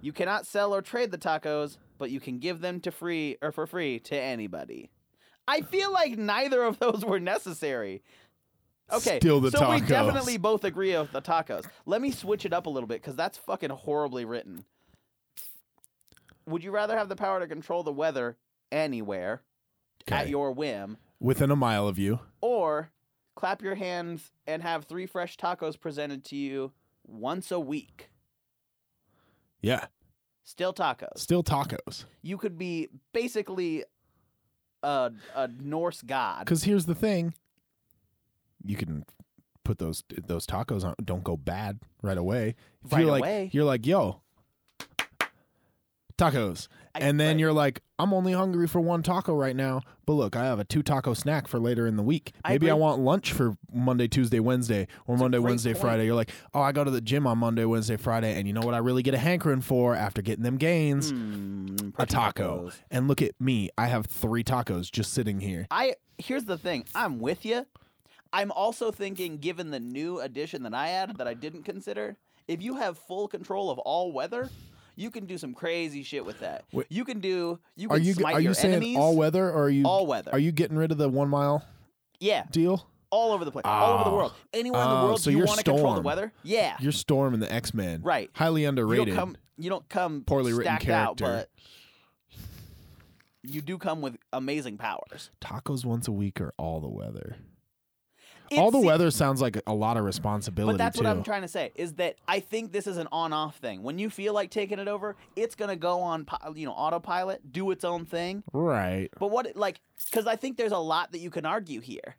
Speaker 1: You cannot sell or trade the tacos, but you can give them to free or for free to anybody. I feel like neither of those were necessary. Okay,
Speaker 2: Still the
Speaker 1: so we
Speaker 2: tacos.
Speaker 1: definitely both agree with the tacos. Let me switch it up a little bit because that's fucking horribly written. Would you rather have the power to control the weather anywhere at
Speaker 2: Okay.
Speaker 1: your whim,
Speaker 2: Within a mile of you.
Speaker 1: or clap your hands and have three fresh tacos presented to you once a week.
Speaker 2: Yeah.
Speaker 1: Still tacos.
Speaker 2: Still tacos.
Speaker 1: You could be basically a, a Norse god.
Speaker 2: Because here's the thing. You can put those those tacos on. Don't go bad right away. If
Speaker 1: Right
Speaker 2: you're like
Speaker 1: away.
Speaker 2: you're like yo tacos,
Speaker 1: I-
Speaker 2: and then
Speaker 1: right.
Speaker 2: you're like I'm only hungry for one taco right now. But look, I have a two taco snack for later in the week.
Speaker 1: I
Speaker 2: Maybe I,
Speaker 1: agree.
Speaker 2: want lunch for Monday, Tuesday, Wednesday, or Monday,
Speaker 1: great
Speaker 2: Wednesday,
Speaker 1: point.
Speaker 2: Friday. You're like oh I go to the gym on Monday, Wednesday, Friday, and you know what I really get a hankering for after getting them gains.
Speaker 1: Mm,
Speaker 2: A
Speaker 1: fresh
Speaker 2: taco,
Speaker 1: tacos.
Speaker 2: and look at me. I have three tacos just sitting here.
Speaker 1: I here's the thing. I'm with you. I'm also thinking, given the new addition that I added that I didn't consider, if you have full control of all weather, you can do some crazy shit with that.
Speaker 2: Wait.
Speaker 1: you can do. You
Speaker 2: Are
Speaker 1: can
Speaker 2: you
Speaker 1: smite
Speaker 2: are you
Speaker 1: your
Speaker 2: saying
Speaker 1: enemies.
Speaker 2: all weather or are you
Speaker 1: all weather.
Speaker 2: are you getting rid of the one mile
Speaker 1: yeah,
Speaker 2: deal?
Speaker 1: all over the place, all over the
Speaker 2: Oh.
Speaker 1: world, anywhere in
Speaker 2: Oh,
Speaker 1: the world.
Speaker 2: so
Speaker 1: you
Speaker 2: you're
Speaker 1: want to control the
Speaker 2: Storm.
Speaker 1: weather? Yeah,
Speaker 2: You're Storm and the X Men,
Speaker 1: Right.
Speaker 2: Highly
Speaker 1: you don't
Speaker 2: underrated.
Speaker 1: come. You don't come
Speaker 2: Poorly written
Speaker 1: stacked out,
Speaker 2: character.
Speaker 1: but you do come with amazing powers.
Speaker 2: Tacos once a week or all the weather. all the
Speaker 1: It's-
Speaker 2: weather sounds like a lot of responsibility
Speaker 1: But that's
Speaker 2: too.
Speaker 1: what I'm trying to say is that I think this is an on-off thing. When you feel like taking it over, it's gonna go on, pi- you know, autopilot, do its own thing.
Speaker 2: right.
Speaker 1: But what, like, because I think there's a lot that you can argue here.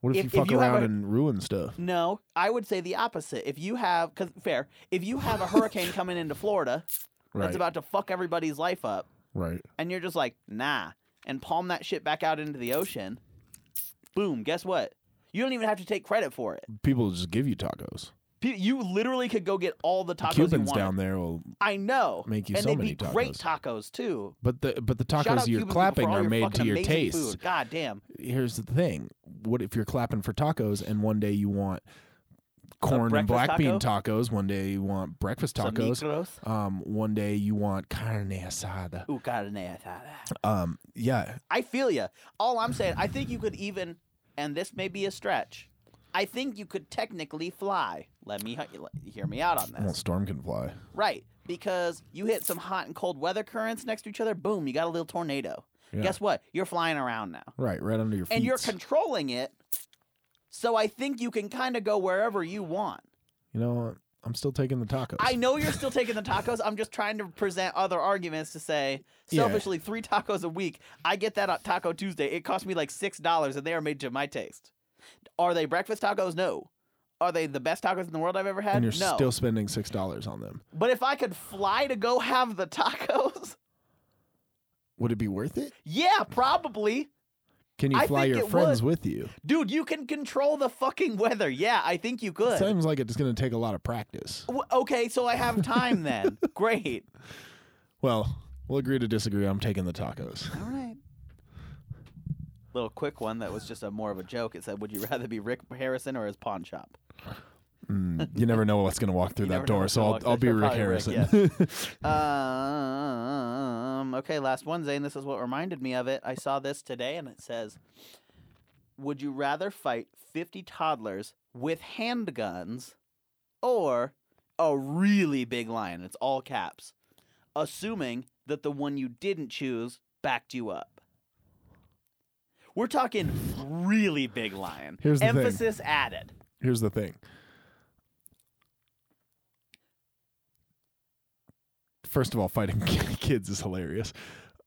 Speaker 2: What if,
Speaker 1: If-
Speaker 2: you
Speaker 1: if
Speaker 2: fuck
Speaker 1: you have
Speaker 2: around
Speaker 1: a-
Speaker 2: and ruin stuff?
Speaker 1: No, I would say the opposite. If you have, because fair, if you have a hurricane coming into Florida
Speaker 2: Right.
Speaker 1: that's about to fuck everybody's life up,
Speaker 2: right.
Speaker 1: and you're just like, nah, and palm that shit back out into the ocean, boom, guess what? You don't even have to take credit for it.
Speaker 2: People just give you tacos.
Speaker 1: P- You literally could go get all the tacos you
Speaker 2: Cubans
Speaker 1: want.
Speaker 2: down there will,
Speaker 1: I know.
Speaker 2: Make you
Speaker 1: and
Speaker 2: so
Speaker 1: they'd
Speaker 2: many
Speaker 1: be great tacos too.
Speaker 2: but the but the
Speaker 1: Shout
Speaker 2: tacos
Speaker 1: out
Speaker 2: you're
Speaker 1: Cuban people
Speaker 2: clapping
Speaker 1: for all
Speaker 2: are
Speaker 1: your
Speaker 2: made
Speaker 1: fucking
Speaker 2: to your
Speaker 1: amazing
Speaker 2: taste.
Speaker 1: Food. God damn.
Speaker 2: here's the thing what if you're clapping for tacos and one day you want corn and
Speaker 1: breakfast
Speaker 2: black bean tacos one day you want breakfast
Speaker 1: Some
Speaker 2: tacos
Speaker 1: negros.
Speaker 2: um one day you want carne asada
Speaker 1: Ooh, carne asada.
Speaker 2: um yeah
Speaker 1: I feel you. All I'm saying, I think you could even, and this may be a stretch. I think you could technically fly. Let me he- hear me out on
Speaker 2: well
Speaker 1: this.
Speaker 2: storm can fly
Speaker 1: Right, because you hit some hot and cold weather currents next to each other. Boom, you got a little tornado.
Speaker 2: Yeah.
Speaker 1: Guess what? You're flying around now
Speaker 2: Right, right under your feet.
Speaker 1: and you're controlling it. So I think you can kind of go wherever you want.
Speaker 2: you know, what? I'm still taking the tacos.
Speaker 1: I know you're still taking the tacos. I'm just trying to present other arguments to say, selfishly, three tacos a week. I get that on Taco Tuesday. It cost me like $6 and they are made to my taste. Are they breakfast tacos? No. Are they the best tacos in the world I've ever had?
Speaker 2: and you're
Speaker 1: no.
Speaker 2: still spending six dollars on them.
Speaker 1: But if I could fly to go have the tacos,
Speaker 2: Would it be worth it?
Speaker 1: yeah, probably.
Speaker 2: Can you
Speaker 1: I
Speaker 2: fly
Speaker 1: think
Speaker 2: your
Speaker 1: it
Speaker 2: friends with you?
Speaker 1: Dude, you can control the fucking weather. Yeah, I think you could.
Speaker 2: Seems like it's going to take a lot of practice.
Speaker 1: W- okay, so I have time then. Great.
Speaker 2: Well, we'll agree to disagree. I'm taking the tacos.
Speaker 1: All right. Little quick one that was just a more of a joke. It said, "Would you rather be Rick Harrison or his pawn shop?"
Speaker 2: Mm, you never know what's going to walk through
Speaker 1: You
Speaker 2: that
Speaker 1: never know
Speaker 2: door,
Speaker 1: what's
Speaker 2: so
Speaker 1: gonna
Speaker 2: I'll,
Speaker 1: walk
Speaker 2: I'll be
Speaker 1: through-
Speaker 2: Rick
Speaker 1: probably Rick,
Speaker 2: Harrison.
Speaker 1: Um, okay, last one, Zane. This is what reminded me of it. I saw this today, and it says, "Would you rather fight fifty toddlers with handguns, or a really big lion?" It's all caps, assuming that the one you didn't choose backed you up. We're talking really big lion.
Speaker 2: Here's the thing.
Speaker 1: Emphasis added.
Speaker 2: Here's the thing. First of all, fighting kids is hilarious.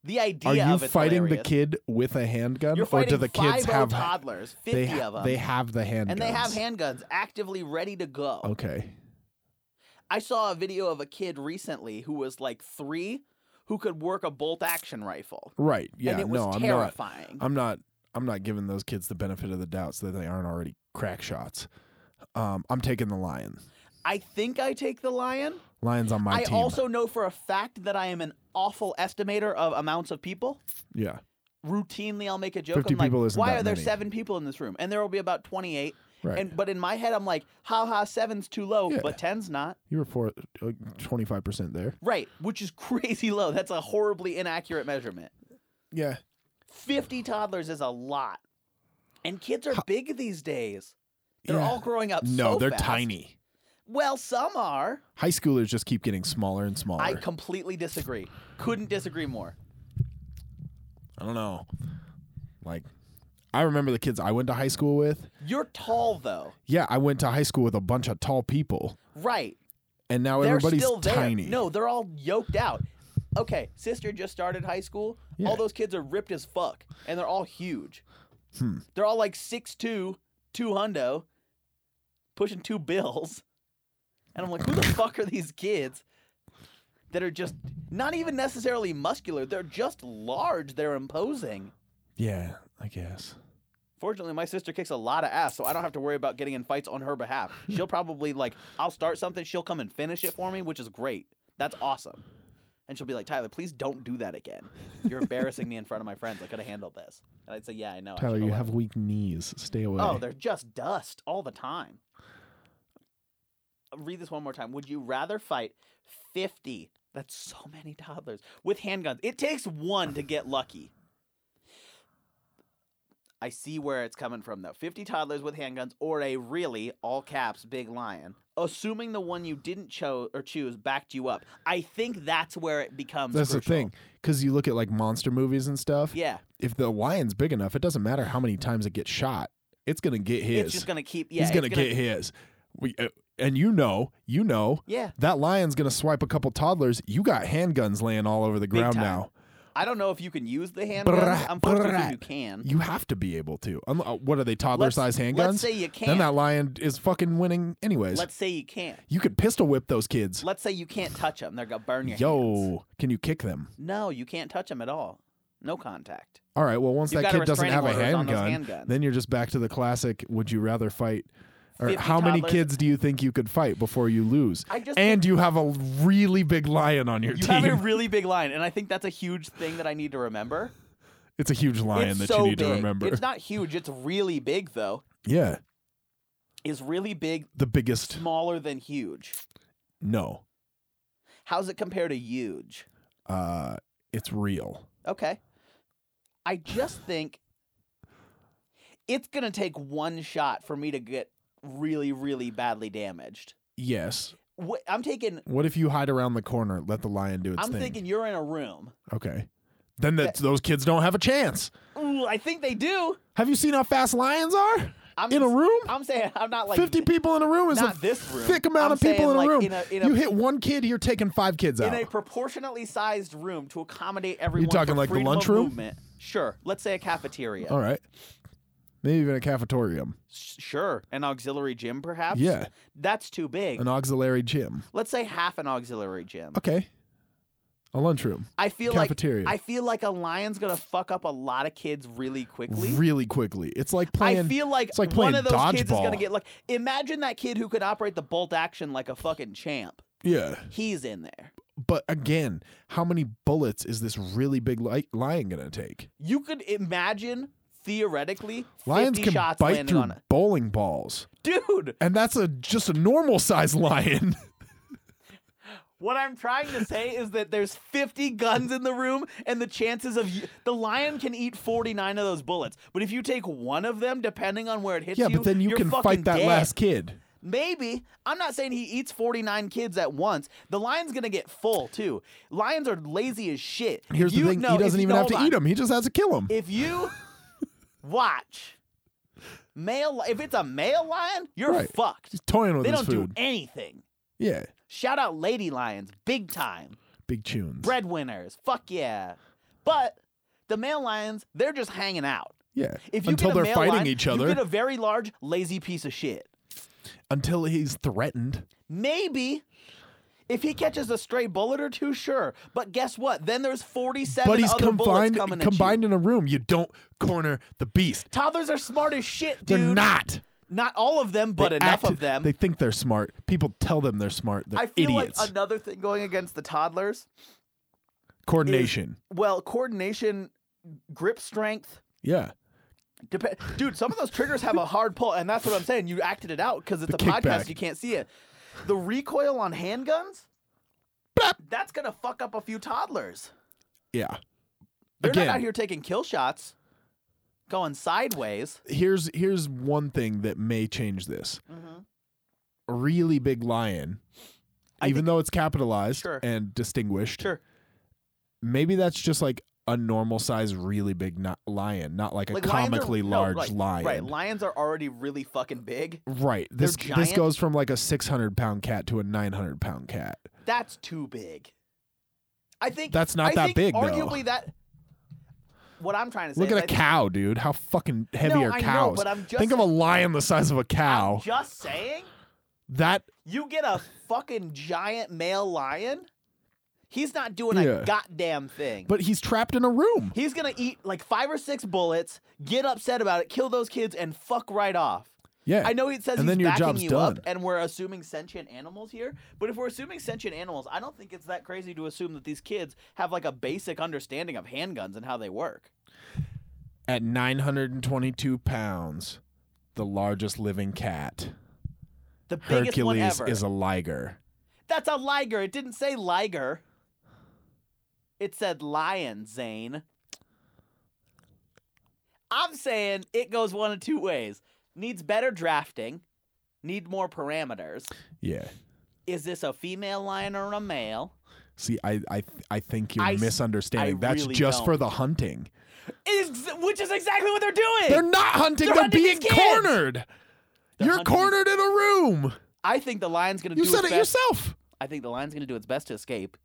Speaker 1: The
Speaker 2: Are
Speaker 1: idea
Speaker 2: you
Speaker 1: of it's
Speaker 2: fighting
Speaker 1: hilarious.
Speaker 2: the kid with a handgun,
Speaker 1: You're
Speaker 2: or
Speaker 1: fighting
Speaker 2: do the kids
Speaker 1: 50
Speaker 2: have
Speaker 1: toddlers,
Speaker 2: they
Speaker 1: fifty
Speaker 2: ha-
Speaker 1: of them,
Speaker 2: They have the handguns,
Speaker 1: and they have handguns actively ready to go.
Speaker 2: Okay,
Speaker 1: I saw a video of a kid recently who was like three, who could work a bolt action rifle,
Speaker 2: right? Yeah,
Speaker 1: and it was
Speaker 2: no, I'm not.
Speaker 1: terrifying.
Speaker 2: I'm not. I'm not giving those kids the benefit of the doubt so that they aren't already crack shots. Um, I'm taking the lion.
Speaker 1: I think I take the lion.
Speaker 2: Lions on my
Speaker 1: I
Speaker 2: team.
Speaker 1: also know for a fact that I am an awful estimator of amounts of people.
Speaker 2: yeah,
Speaker 1: Routinely, I'll make a joke.
Speaker 2: 50
Speaker 1: I'm like,
Speaker 2: people isn't
Speaker 1: why
Speaker 2: that
Speaker 1: are there
Speaker 2: many."
Speaker 1: seven people in this room? And there will be about twenty-eight.
Speaker 2: right.
Speaker 1: And but in my head, I'm like, ha ha, seven's too low,
Speaker 2: Yeah.
Speaker 1: but ten's not.
Speaker 2: you were for twenty five percent there.
Speaker 1: Right, which is crazy low. That's a horribly inaccurate measurement.
Speaker 2: Yeah,
Speaker 1: 50 toddlers is a lot. And kids are big these days. They're
Speaker 2: Yeah.
Speaker 1: all growing up
Speaker 2: no,
Speaker 1: so
Speaker 2: they're
Speaker 1: fast.
Speaker 2: tiny.
Speaker 1: Well, some are.
Speaker 2: High schoolers just keep getting smaller and smaller.
Speaker 1: I completely disagree. Couldn't disagree more.
Speaker 2: I don't know. Like, I remember the kids I went to high school with.
Speaker 1: You're tall though.
Speaker 2: Yeah, I went to high school with a bunch of tall people,
Speaker 1: Right.
Speaker 2: and now
Speaker 1: They're
Speaker 2: everybody's
Speaker 1: still there.
Speaker 2: tiny.
Speaker 1: No, they're all yoked out. Okay, sister just started high school.
Speaker 2: Yeah.
Speaker 1: All those kids are ripped as fuck and they're all huge.
Speaker 2: Hmm.
Speaker 1: They're all like 6'2, 2 hundo, pushing two bills. And I'm like, who the fuck are these kids that are just not even necessarily muscular? They're just large. They're imposing.
Speaker 2: Yeah, I guess.
Speaker 1: Fortunately, my sister kicks a lot of ass, so I don't have to worry about getting in fights on her behalf. She'll probably like I'll start something, she'll come and finish it for me, which is great. That's awesome. And she'll be like, Tyler, please don't do that again. You're embarrassing me in front of my friends. I could have handled this. And I'd say, Yeah, I know. I
Speaker 2: Tyler,
Speaker 1: should've
Speaker 2: you
Speaker 1: let
Speaker 2: have weak knees. Stay away.
Speaker 1: Oh, they're just dust all the time. Read this one more time. Would you rather fight 50? That's so many toddlers with handguns. It takes one to get lucky. I see where it's coming from though. 50 toddlers with handguns or a really all caps big lion. Assuming the one you didn't cho- or choose backed you up. I think that's where it becomes
Speaker 2: That's the
Speaker 1: crucial.
Speaker 2: thing, because you look at like monster movies and stuff.
Speaker 1: Yeah.
Speaker 2: If the lion's big enough, it doesn't matter how many times it gets shot. It's gonna get his.
Speaker 1: It's just going to keep yeah.
Speaker 2: He's
Speaker 1: it's
Speaker 2: gonna, get his. We, uh, and you know, you know,
Speaker 1: Yeah.
Speaker 2: that lion's gonna swipe a couple toddlers. You got handguns laying all over the ground
Speaker 1: time.
Speaker 2: now.
Speaker 1: I don't know if you can use the handguns.
Speaker 2: Brat,
Speaker 1: I'm pretty sure
Speaker 2: brat.
Speaker 1: you can.
Speaker 2: You have to be able to. Um, uh, what are they, toddler size handguns?
Speaker 1: Let's say you can't.
Speaker 2: Then that lion is fucking winning anyways.
Speaker 1: let's say you can't.
Speaker 2: you could pistol whip those kids.
Speaker 1: Let's say you can't touch them. They're gonna burn your
Speaker 2: Yo,
Speaker 1: hands.
Speaker 2: can you kick them?
Speaker 1: No, you can't touch them at all. No contact.
Speaker 2: All right. Well, once
Speaker 1: You've
Speaker 2: that
Speaker 1: got a
Speaker 2: kid doesn't have
Speaker 1: restraining order
Speaker 2: a
Speaker 1: on those
Speaker 2: handgun,
Speaker 1: handguns.
Speaker 2: then you're just back to the classic. Would you rather fight? Or
Speaker 1: 50
Speaker 2: how many
Speaker 1: toddlers.
Speaker 2: kids do you think you could fight before you lose?
Speaker 1: I just
Speaker 2: and you have a really big lion on your
Speaker 1: you have
Speaker 2: team.
Speaker 1: a really big line, and I think that's a huge thing that I need to remember.
Speaker 2: it's a huge lion
Speaker 1: it's
Speaker 2: that
Speaker 1: so
Speaker 2: you need
Speaker 1: big.
Speaker 2: to remember.
Speaker 1: It's not huge. It's really big though.
Speaker 2: yeah,
Speaker 1: Is really big
Speaker 2: the biggest.
Speaker 1: smaller than huge?
Speaker 2: No,
Speaker 1: How's it compare to huge?
Speaker 2: uh, it's real.
Speaker 1: Okay. I just think it's gonna take one shot for me to get really, really badly damaged.
Speaker 2: Yes,
Speaker 1: Wh- I'm taking.
Speaker 2: What if you hide around the corner, let the lion do its
Speaker 1: I'm
Speaker 2: thing?
Speaker 1: thinking you're in a room.
Speaker 2: okay. Then that those kids don't have a chance.
Speaker 1: Ooh, I think they do.
Speaker 2: Have you seen how fast lions are?
Speaker 1: I'm
Speaker 2: in a
Speaker 1: just-
Speaker 2: room?
Speaker 1: I'm saying I'm not like
Speaker 2: 50 people in a room is a
Speaker 1: not this room.
Speaker 2: thick amount
Speaker 1: I'm
Speaker 2: of people
Speaker 1: saying,
Speaker 2: in a
Speaker 1: like,
Speaker 2: room.
Speaker 1: in a- in a-
Speaker 2: you hit one kid, you're taking five kids
Speaker 1: in
Speaker 2: out.
Speaker 1: a proportionately sized room to accommodate everyone.
Speaker 2: talking
Speaker 1: for
Speaker 2: like the
Speaker 1: freedom of
Speaker 2: lunchroom?
Speaker 1: Movement. Sure. Let's say a cafeteria.
Speaker 2: All right. Maybe even a cafetorium.
Speaker 1: S- Sure. An auxiliary gym, perhaps.
Speaker 2: Yeah.
Speaker 1: That's too big.
Speaker 2: An auxiliary gym.
Speaker 1: Let's say half an auxiliary gym.
Speaker 2: Okay. A lunchroom.
Speaker 1: I feel
Speaker 2: Cafeteria.
Speaker 1: like I feel like a lion's gonna fuck up a lot of kids really quickly.
Speaker 2: Really quickly. It's like playing
Speaker 1: I feel like,
Speaker 2: it's like
Speaker 1: one
Speaker 2: playing
Speaker 1: of those kids is gonna
Speaker 2: dodgeball.
Speaker 1: get like imagine that kid who could operate the bolt action like a fucking champ.
Speaker 2: Yeah.
Speaker 1: He's in there.
Speaker 2: But again, how many bullets is this really big li- lion going to take?
Speaker 1: You could imagine theoretically
Speaker 2: Lions
Speaker 1: 50
Speaker 2: can
Speaker 1: shots
Speaker 2: bite
Speaker 1: landing
Speaker 2: through
Speaker 1: on a
Speaker 2: bowling balls.
Speaker 1: dude.
Speaker 2: And that's a just a normal size lion.
Speaker 1: What I'm trying to say is that there's 50 guns in the room, and the chances of y- the lion can eat 49 of those bullets. But if you take one of them, depending on where it hits
Speaker 2: yeah,
Speaker 1: you,
Speaker 2: but then you
Speaker 1: you're
Speaker 2: can
Speaker 1: fucking
Speaker 2: fight that
Speaker 1: dead.
Speaker 2: last kid.
Speaker 1: Maybe. I'm not saying he eats 49 kids at once. The lion's going to get full, too. Lions are lazy as shit.
Speaker 2: Here's
Speaker 1: You-
Speaker 2: the thing,
Speaker 1: no,
Speaker 2: he
Speaker 1: if
Speaker 2: doesn't
Speaker 1: you-
Speaker 2: even have
Speaker 1: hold
Speaker 2: to
Speaker 1: on.
Speaker 2: eat him. He just has to kill him.
Speaker 1: If you watch male, if it's a male lion, you're
Speaker 2: Right.
Speaker 1: fucked.
Speaker 2: He's toying with
Speaker 1: They
Speaker 2: his
Speaker 1: don't
Speaker 2: food.
Speaker 1: do anything.
Speaker 2: yeah.
Speaker 1: Shout out lady lions, big time.
Speaker 2: Big tunes.
Speaker 1: breadwinners. Fuck yeah. But the male lions, they're just hanging out.
Speaker 2: Yeah.
Speaker 1: If you get
Speaker 2: until
Speaker 1: a
Speaker 2: they're
Speaker 1: male
Speaker 2: fighting
Speaker 1: lion,
Speaker 2: each
Speaker 1: you
Speaker 2: other,
Speaker 1: get a very large, lazy piece of shit.
Speaker 2: until he's threatened.
Speaker 1: Maybe if he catches a stray bullet or two, sure. But guess what? Then there's 47
Speaker 2: but he's
Speaker 1: other bullets
Speaker 2: confined
Speaker 1: coming
Speaker 2: combined
Speaker 1: at you.
Speaker 2: in a room. You don't corner the beast.
Speaker 1: Toddlers are smart as shit,
Speaker 2: They're
Speaker 1: dude.
Speaker 2: not.
Speaker 1: Not all of them, but
Speaker 2: They
Speaker 1: enough
Speaker 2: act-
Speaker 1: of them.
Speaker 2: They think they're smart. People tell them they're smart. They're
Speaker 1: I feel
Speaker 2: idiots.
Speaker 1: like another thing going against the toddlers.
Speaker 2: Coordination.
Speaker 1: Well, coordination, grip strength,
Speaker 2: yeah.
Speaker 1: Dep- Dude, some of those triggers have a hard pull, and that's what I'm saying. You acted it out because it's
Speaker 2: The
Speaker 1: a podcast.
Speaker 2: kickback.
Speaker 1: You can't see it. The recoil on handguns,
Speaker 2: Blap.
Speaker 1: that's going to fuck up a few toddlers.
Speaker 2: Yeah.
Speaker 1: They're
Speaker 2: Again,
Speaker 1: not out here taking kill shots, going sideways.
Speaker 2: here's here's one thing that may change this. A really big lion,
Speaker 1: I
Speaker 2: even
Speaker 1: think-
Speaker 2: though it's capitalized
Speaker 1: Sure.
Speaker 2: and distinguished,
Speaker 1: Sure.
Speaker 2: maybe that's just like a normal size, really big not lion, not like a
Speaker 1: Like lions are-
Speaker 2: comically
Speaker 1: no,
Speaker 2: large
Speaker 1: right,
Speaker 2: lion.
Speaker 1: Right. Lions are already really fucking big.
Speaker 2: Right. This this
Speaker 1: giant.
Speaker 2: goes from like a 600 pound cat to a 900 pound cat.
Speaker 1: That's too big. I think
Speaker 2: That's not
Speaker 1: I
Speaker 2: that
Speaker 1: think
Speaker 2: big, though.
Speaker 1: Arguably, that. What I'm trying to say
Speaker 2: Look
Speaker 1: is
Speaker 2: at a
Speaker 1: I-
Speaker 2: cow, dude. How fucking heavy
Speaker 1: No,
Speaker 2: are
Speaker 1: I know,
Speaker 2: cows?
Speaker 1: but I'm just-
Speaker 2: Think of a lion the size of a cow.
Speaker 1: Just saying.
Speaker 2: That
Speaker 1: You get a fucking giant male lion. He's not doing
Speaker 2: Yeah.
Speaker 1: a goddamn thing.
Speaker 2: but he's trapped in a room.
Speaker 1: he's gonna eat like five or six bullets, get upset about it, kill those kids, and fuck right off.
Speaker 2: Yeah.
Speaker 1: I know it says
Speaker 2: And then
Speaker 1: he's
Speaker 2: your
Speaker 1: backing
Speaker 2: job's
Speaker 1: you up,
Speaker 2: done.
Speaker 1: and we're assuming sentient animals here. But if we're assuming sentient animals, I don't think it's that crazy to assume that these kids have like a basic understanding of handguns and how they work.
Speaker 2: At 922 pounds, the largest living cat,
Speaker 1: The biggest one
Speaker 2: Hercules
Speaker 1: ever.
Speaker 2: is a liger.
Speaker 1: That's a liger. It didn't say liger. It said lion, Zane. I'm saying it goes one of two ways. Needs better drafting, need more parameters.
Speaker 2: Yeah.
Speaker 1: Is this a female lion or a male?
Speaker 2: See, I I I think you're
Speaker 1: I s-
Speaker 2: misunderstanding.
Speaker 1: I
Speaker 2: That's
Speaker 1: really
Speaker 2: just
Speaker 1: don't.
Speaker 2: for the hunting.
Speaker 1: Is, which is exactly what they're doing.
Speaker 2: They're not hunting.
Speaker 1: They're
Speaker 2: They're,
Speaker 1: hunting these
Speaker 2: being
Speaker 1: kids.
Speaker 2: cornered.
Speaker 1: They're
Speaker 2: you're
Speaker 1: hunting these-
Speaker 2: cornered in a room.
Speaker 1: I think the lion's gonna
Speaker 2: You
Speaker 1: do
Speaker 2: said
Speaker 1: its
Speaker 2: it
Speaker 1: best.
Speaker 2: yourself.
Speaker 1: I think the lion's gonna do its best to escape,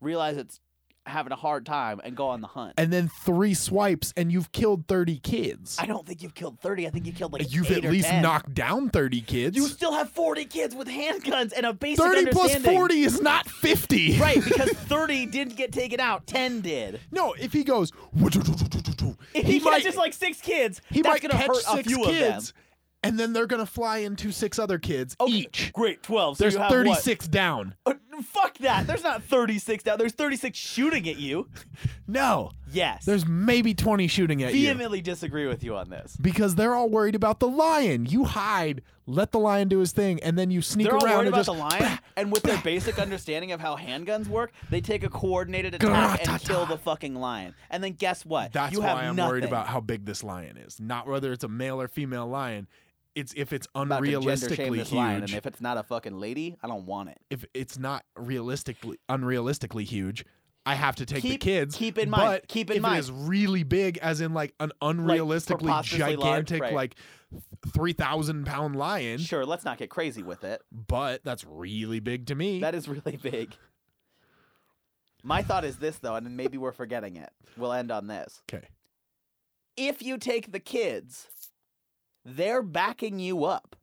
Speaker 1: realize it's having a hard time, and go on the hunt.
Speaker 2: and then three swipes and you've killed 30 kids.
Speaker 1: I don't think you've killed thirty. I think you killed like
Speaker 2: you've
Speaker 1: eight
Speaker 2: at
Speaker 1: or
Speaker 2: least
Speaker 1: 10.
Speaker 2: knocked down 30 kids.
Speaker 1: You still have 40 kids with handguns and a basic
Speaker 2: 30 plus
Speaker 1: understanding.
Speaker 2: 40 is not 50.
Speaker 1: Right, because 30 didn't get taken out, 10 did.
Speaker 2: No, if he goes,
Speaker 1: If
Speaker 2: he
Speaker 1: he,
Speaker 2: might,
Speaker 1: catches like six kids,
Speaker 2: he
Speaker 1: that's
Speaker 2: might
Speaker 1: going to
Speaker 2: catch
Speaker 1: hurt a
Speaker 2: six
Speaker 1: few of
Speaker 2: kids
Speaker 1: them.
Speaker 2: and then they're going to fly into six other kids
Speaker 1: Okay,
Speaker 2: each.
Speaker 1: Great, 12. So
Speaker 2: There's
Speaker 1: you have
Speaker 2: 36 down.
Speaker 1: What? Uh, Fuck that. There's not 36 now. There's 36 shooting at you.
Speaker 2: No,
Speaker 1: Yes.
Speaker 2: there's maybe 20 shooting at you.
Speaker 1: vehemently disagree with you on this.
Speaker 2: Because they're all worried about the lion. You hide, let the lion do his thing, and then you sneak
Speaker 1: They're all
Speaker 2: around
Speaker 1: worried
Speaker 2: and
Speaker 1: about
Speaker 2: just
Speaker 1: the lion, and with their basic understanding of how handguns work, they take a coordinated attack and
Speaker 2: Gratata.
Speaker 1: kill the fucking lion. And then guess what?
Speaker 2: That's
Speaker 1: you have
Speaker 2: why I'm
Speaker 1: nothing.
Speaker 2: worried about how big this lion is, not whether it's a male or female lion. it's if it's
Speaker 1: about to gender shame
Speaker 2: unrealistically
Speaker 1: this lion, and
Speaker 2: huge.
Speaker 1: if it's not a fucking lady, I don't want it.
Speaker 2: If it's not realistically unrealistically huge, I have to take the
Speaker 1: Keep-
Speaker 2: kids.
Speaker 1: keep in mind-
Speaker 2: But
Speaker 1: keep in
Speaker 2: if it
Speaker 1: mind-
Speaker 2: is really big, as in like an unrealistically
Speaker 1: preposterously large,
Speaker 2: gigantic,
Speaker 1: right.
Speaker 2: like three thousand pound lion.
Speaker 1: Sure, let's not get crazy with it.
Speaker 2: But that's really big to me.
Speaker 1: That is really big. My thought is this though, and maybe we're forgetting it. We'll end on this.
Speaker 2: okay.
Speaker 1: If you take the kids, they're backing you up.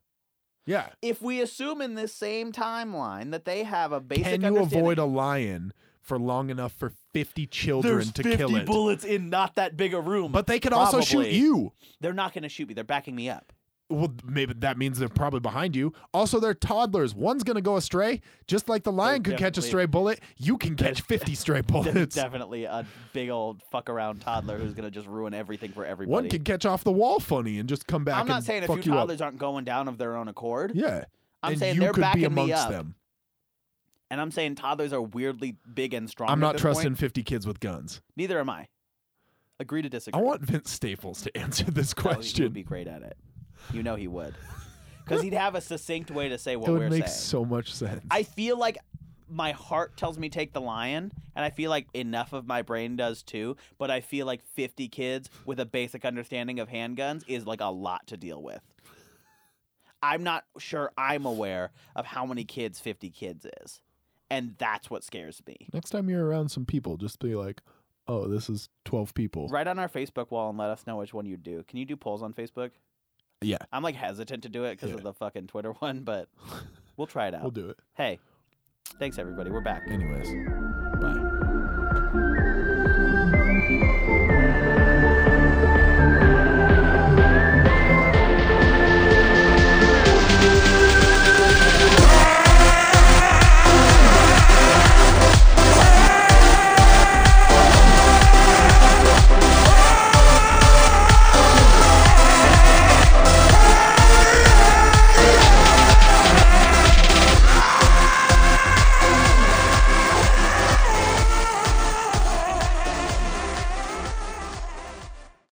Speaker 2: Yeah.
Speaker 1: If we assume in this same timeline that they have a basic
Speaker 2: Can you
Speaker 1: understanding,
Speaker 2: avoid a lion for long enough for fifty children
Speaker 1: there's
Speaker 2: to
Speaker 1: 50
Speaker 2: kill it?
Speaker 1: bullets in not that big a room,
Speaker 2: but they could also shoot
Speaker 1: Probably.
Speaker 2: you.
Speaker 1: they're not going to shoot me. They're backing me up.
Speaker 2: Well, maybe that means they're probably behind you. Also, they're toddlers. One's gonna go astray, just like the lion could catch a
Speaker 1: definitely-
Speaker 2: stray bullet. You can catch fifty stray
Speaker 1: There's
Speaker 2: bullets.
Speaker 1: definitely a big old fuck around toddler who's going to just ruin everything for everybody.
Speaker 2: One can catch off the wall funny and just come back.
Speaker 1: I'm not
Speaker 2: and
Speaker 1: saying a
Speaker 2: fuck
Speaker 1: few
Speaker 2: you up.
Speaker 1: toddlers aren't going down of their own accord.
Speaker 2: Yeah,
Speaker 1: I'm
Speaker 2: and
Speaker 1: saying
Speaker 2: you
Speaker 1: they're
Speaker 2: could be
Speaker 1: backing me
Speaker 2: amongst
Speaker 1: up,
Speaker 2: them.
Speaker 1: and I'm saying toddlers are weirdly big and strong.
Speaker 2: I'm
Speaker 1: at
Speaker 2: not
Speaker 1: this
Speaker 2: trusting
Speaker 1: point.
Speaker 2: fifty kids with guns.
Speaker 1: Neither am I. Agree to disagree.
Speaker 2: I want Vince Staples to answer this
Speaker 1: No, He would
Speaker 2: question.
Speaker 1: be great at it. You know he would, because he'd have a succinct way to say what
Speaker 2: it would
Speaker 1: we're
Speaker 2: make
Speaker 1: saying.
Speaker 2: so much sense.
Speaker 1: I feel like my heart tells me take the lion, and I feel like enough of my brain does too. But I feel like 50 kids with a basic understanding of handguns is like a lot to deal with. I'm not sure I'm aware of how many kids 50 kids is, and that's what scares me.
Speaker 2: Next time you're around some people, just be like, "Oh, this is twelve people."
Speaker 1: Write on our Facebook wall and let us know which one you do. Can you do polls on Facebook?
Speaker 2: Yeah.
Speaker 1: I'm like hesitant to do it because
Speaker 2: Yeah.
Speaker 1: of the fucking Twitter one, but we'll try it out.
Speaker 2: We'll do it.
Speaker 1: hey, thanks everybody. We're back.
Speaker 2: Anyways.